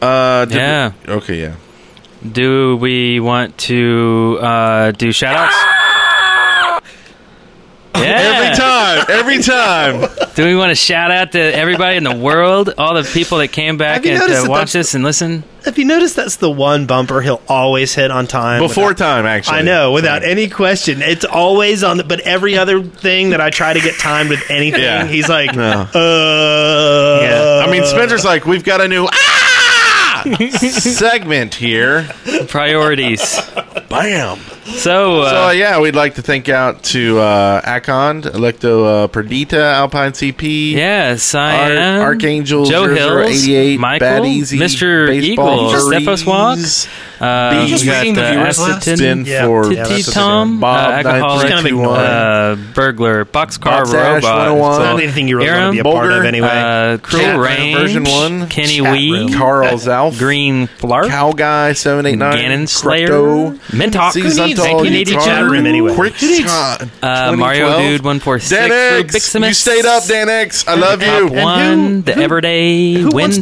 Uh,
did we-
yeah.
okay, yeah.
Do we want to uh, do shout outs?
Every time, every time.
Do we want to shout out to everybody in the world, all the people that came back
Have you
and
noticed
to
that
watch this and listen?
Have you noticed that's the one bumper he'll always hit on time?
Before
time, actually.
I know, without any question. It's always on the. But every other thing that I try to get timed with anything,
Yeah.
he's like,
No.
uh.
I mean, Spencer's like, we've got a new ah! segment here.
Priorities.
Bam.
So, uh,
so uh, yeah, we'd like to thank out to uh, Akon, Electo uh, Perdita, Alpine CP.
Yeah, Cyan,
Ar- Archangel,
Joe
88,
Hills, Michael,
Bad Easy,
Mr. Eagle,
Baseball Furries,
Stephos Walk, uh,
Bees.
we
Just reading
got,
the
uh,
viewers list.
Acetin,
Din
yeah,
for-
Titi
yeah, that's
Tom,
it. Bob,
uh, alcoholic,
931.
uh, burglar, boxcar
Bob Dash,
robot,
101. It's not
anything you really wanna be a part of anyway.
uh, Cruel
oh Chat room
Rain,
version one.
Kenny
Chat
Wee,
room. Carl's Alf,
Green Flark,
Cow Guy, seven eight nine,
Ganon Slayer,
Crypto,
Mintox,
Seasontal, Guitar, Quick Shot,
uh, Mario
2012.
Dude, one four
Dan
six,
X, you stayed up, Dan X. I love
Top
you.
one, the Everyday Wind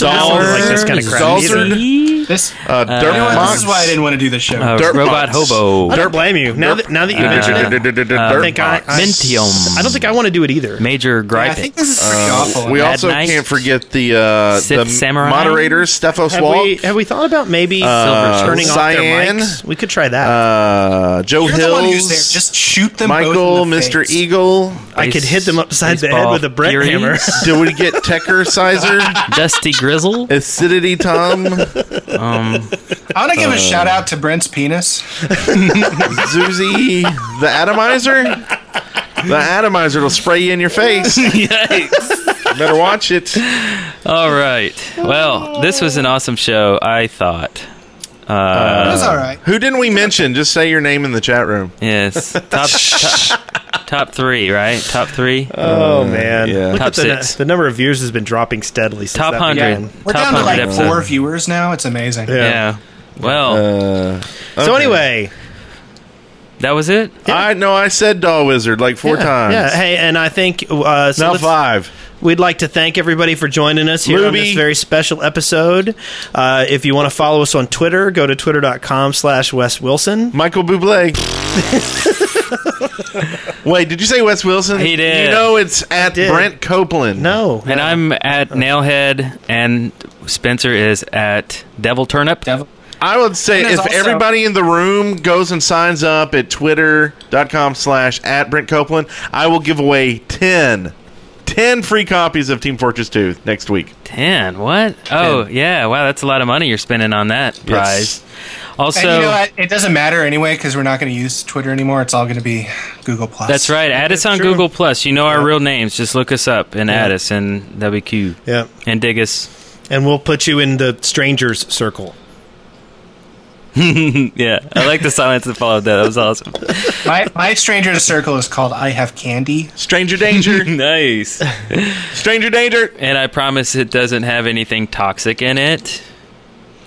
This
uh,
You know what? this is why I didn't want to do this show.
Uh, Robot Hobo.
I don't blame you. Now that now that you
Uh,
mentioned it, I don't
uh,
think I, I
Mentium.
I don't think I want to do it either.
Major Gripe.
Uh, We also can't forget the uh,
Sith
the
Samurai?
moderators, Stephos
Have
Walk,
we, have we thought about maybe
Uh,
turning
Cyan.
off their mics? We could try that.
uh, Joe
You're the one who's
Hills,
there. Just shoot them both in
Michael, E-
the
Mr.
face.
Eagle.
I could hit them upside the head with a Brett
Furies.
hammer.
Did we get Tecker Sizer?
Dusty Grizzle,
Acidity Tom,
um,
I want to give
Uh,
a shout out to Brent's penis.
Zuzi, the atomizer. The atomizer will spray you in your face. Yikes! Better watch it.
All right. Well, this was an awesome show. I thought. Uh,
Who didn't we mention? Just say your name in the chat room.
Yes. Top, top top three, right? Top three.
Oh man! Look
Top
at the,
six.
the number of views has been dropping steadily. Since
Top
that
100.
began.
We're
Top
down to
100
like
episode.
four viewers now. It's amazing.
Yeah. Well.
Uh,
Uh,
So anyway.
That was it.
I no, I said Doll Wizard like four
yeah,
times.
Yeah. Hey, and I think uh, so
Now
let's-
five.
We'd like to thank everybody for joining us here on this
Movie.
very special episode. Uh, if you want to follow us on Twitter, go to twitter.com slash Wes Wilson.
Michael Bublé. Wait, did you say Wes Wilson?
He did.
You know it's at
did.
Brent Copeland.
No.
And I'm at
Uh,
Nailhead, and Spencer is at Devil Turnip. Devil.
I would say
And
if
there's also-
everybody in the room goes and signs up at twitter.com slash at Brent Copeland, I will give away 10, 10 free copies of Team Fortress 2 next week.
10. What? Oh, yeah. Wow, that's a lot of money you're spending on that prize. Also,
and you know what? It doesn't matter anyway because we're not going to use Twitter anymore. It's all going to be Google Plus.
that's right. Add us on Google Plus. You know our real names. Just look us up and add
Yeah.
us, and that'll be cute.
Yeah.
And dig us.
And we'll put you in the strangers circle.
yeah, I like the silence that followed that. That was awesome.
My my stranger circle is called I Have Candy.
Stranger danger.
nice.
Stranger danger.
And I promise it doesn't have anything toxic in it.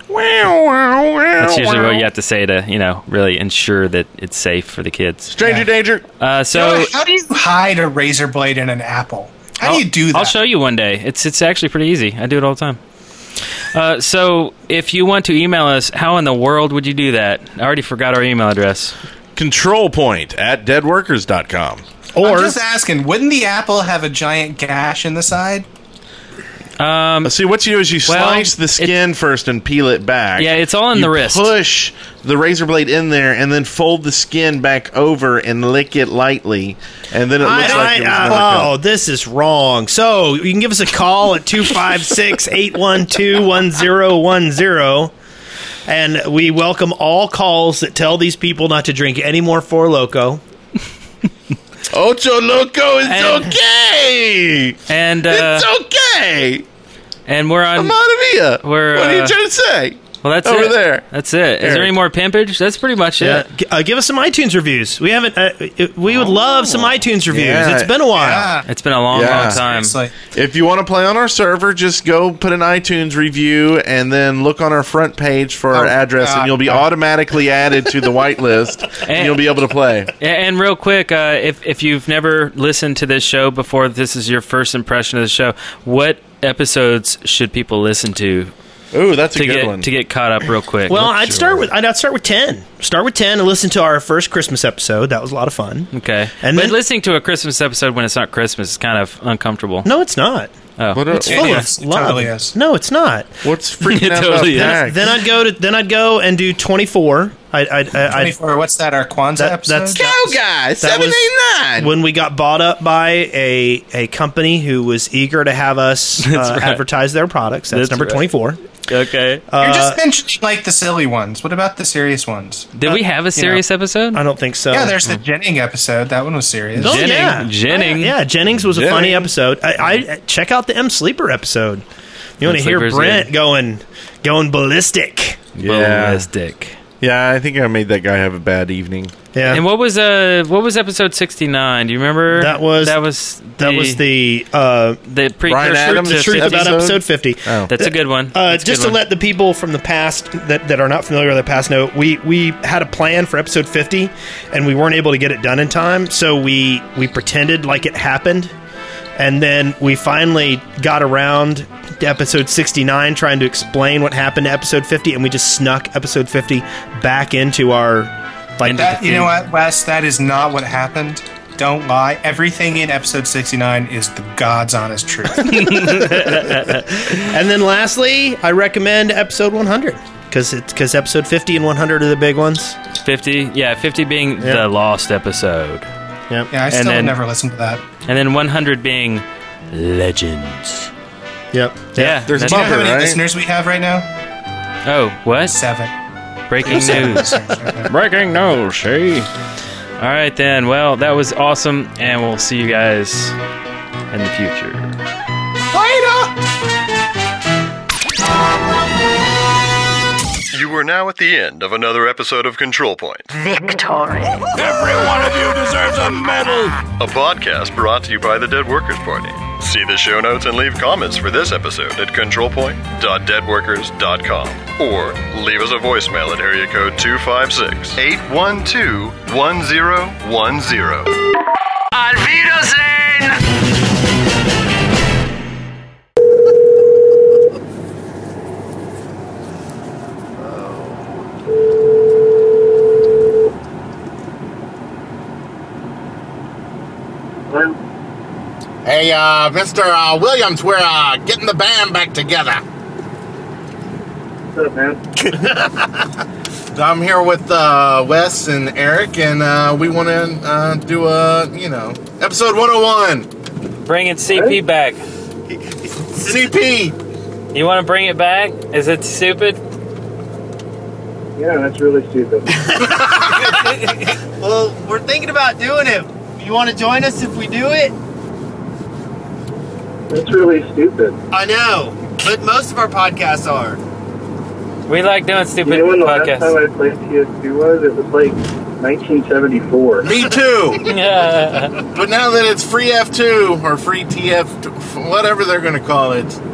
Wow, wow, wow.
That's usually what you have to say to, you know, really ensure that it's safe for the kids.
Stranger danger.
Uh, so
You know, how do you hide a razor blade in an apple? How do you do that?
I'll show you one day. It's it's actually pretty easy. I do it all the time. Uh, so if you want to email us, how in the world would you do that? I already forgot our email address.
Control point at deadworkers.com.
I'm just asking, wouldn't the apple have a giant gash in the side?
Um,
See, what you do is you
Well,
slice the skin first and peel it back.
Yeah, it's all in
You
the wrist.
Push the razor blade in there and then fold the skin back over and lick it lightly, and then it looks
I-
like it was
I-
gonna
oh, this is wrong. So you can give us a call at 256 812 1010. And we welcome all calls that tell these people not to drink any more Four Loco.
Oh, Ocho Loco is okay.
And uh,
it's okay.
And we're on.
Amada Mia.
We're,
What are you
uh,
trying to say?
Well, that's
Over
it.
there.
That's it. Is there
Eric.
any more pimpage? That's pretty much
Yeah.
it.
G- Uh, give us some iTunes reviews. We haven't. Uh, it- we would love some iTunes reviews.
Yeah.
It's been a while.
It's been a long, long time.
If you want to play on our server, just go put an iTunes review and then look on our front page for our address,
God.
and you'll be automatically added to the whitelist,
Eh.
and you'll be able to play.
A- And real quick, uh, if if you've never listened to this show before, this is your first impression of the show. What episodes should people listen to?
Ooh, that's
to
a good
get,
one.
to get caught up real quick.
Well, I'd start with I'd, I'd start with ten. Start with ten and listen to our first Christmas episode. That was a lot of fun.
Okay.
And
but
then-
listening to a Christmas episode when it's not Christmas is kind of uncomfortable.
No, it's not.
Oh.
It's full of love. No, it's not.
What's
freaking out totally about
then,
is. Pax?
then I'd go to then I'd go and do twenty four. I, I, I, I,
24, what's that, our Kwanzaa
That-
episode?
that's- that was- that was When we got bought up by a, a company who was eager to have us uh,
That's right.
advertise their products. That's,
That's
number
right.
24.
Okay.
Uh,
You're just mentioning like the silly ones. What about the serious ones?
Did we have a serious episode?
I don't think so.
Yeah, there's the
mm.
Jennings episode. That one was serious.
Oh, yeah. Yeah, yeah, Jennings was a funny
Jennings.
episode. I, I check out the M Sleeper episode. You
M
want to hear
Sleeper's
Brent
good.
going going ballistic.
Ballistic.
Yeah, I think I made that guy have a bad evening.
Yeah.
And what was uh what was episode sixty nine? Do you remember?
That was-
that was
that was the uh
the precursor
Adams
to
the truth about episode 50.
That's a good one.
Uh,
That's a
just
good
to
one.
let the people from the past that, that are not familiar with the past know, we, we had a plan for episode 50 and we weren't able to get it done in time, so we, we pretended like it happened. And then we finally got around to episode 69 trying to explain what happened to episode 50, and we just snuck episode 50 back into our. Like,
That, you know what, Wes? That is not what happened. Don't lie. Everything in episode 69 is the God's honest truth.
and then lastly, I recommend episode 100 because because episode 50 and 100 are the big ones.
fifty. Yeah, fifty being the lost episode.
Yep.
Yeah, I still never listened to that.
And then one hundred being legends.
Yep.
Yeah.
Do you
that's-
know how many listeners we have right now?
Oh, what?
Seven.
Breaking
Seven.
news. Breaking news, see? All right, then. Well, that was awesome, and we'll see you guys in the future.
Later!
You are now at the end of another episode of Control Point,
Victory.
Every one of you deserves a medal.
a podcast brought to you by the Dead Workers Party. See the show notes and leave comments for this episode at controlpoint.deadworkers.com or leave us a voicemail at area code 256 812 1010.
Al Wiedersehen!
Hey, uh, Mr. Uh, Williams, we're uh, getting the band back together. What's up, man? I'm here with uh, Wes and Eric, and uh, we want to uh, do a, you know, episode 101.
Bringing CP back.
CP!
You want to bring it back? Is it stupid?
Yeah, that's really stupid.
well, we're thinking about doing it. You want to join us if we do it?
That's really stupid.
I know, but most of our podcasts are.
We like doing stupid
You know when the
podcasts.
last time I played PS2 was? It was like 1974.
Me too! But now that it's free F2 or free TF, t- f- whatever they're going to call it.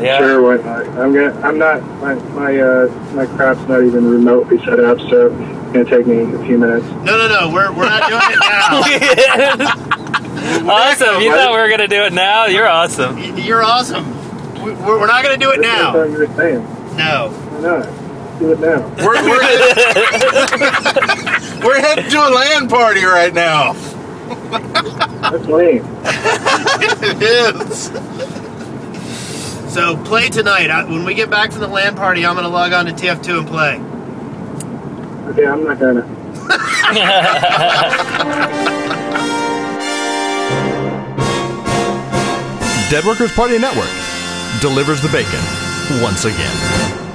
Yeah.
Sure, why not? I'm gonna. I'm not. My my uh, my crap's not even remotely set up, so it's gonna take me a few minutes.
No, no, no. We're, we're not doing it now.
awesome. You thought we were going to do it now? You're awesome.
You're awesome. We- We're, we're not going to do it
That's
now.
what I thought you were saying.
No.
Why not? Do it now.
We're, we're, headed, we're headed to a land party right now.
That's lame.
it is.
So play tonight. I, when we get back from the land party, I'm going to log on to TF2 and play.
Okay, I'm not gonna.
Dead Workers Party Network delivers the bacon once again.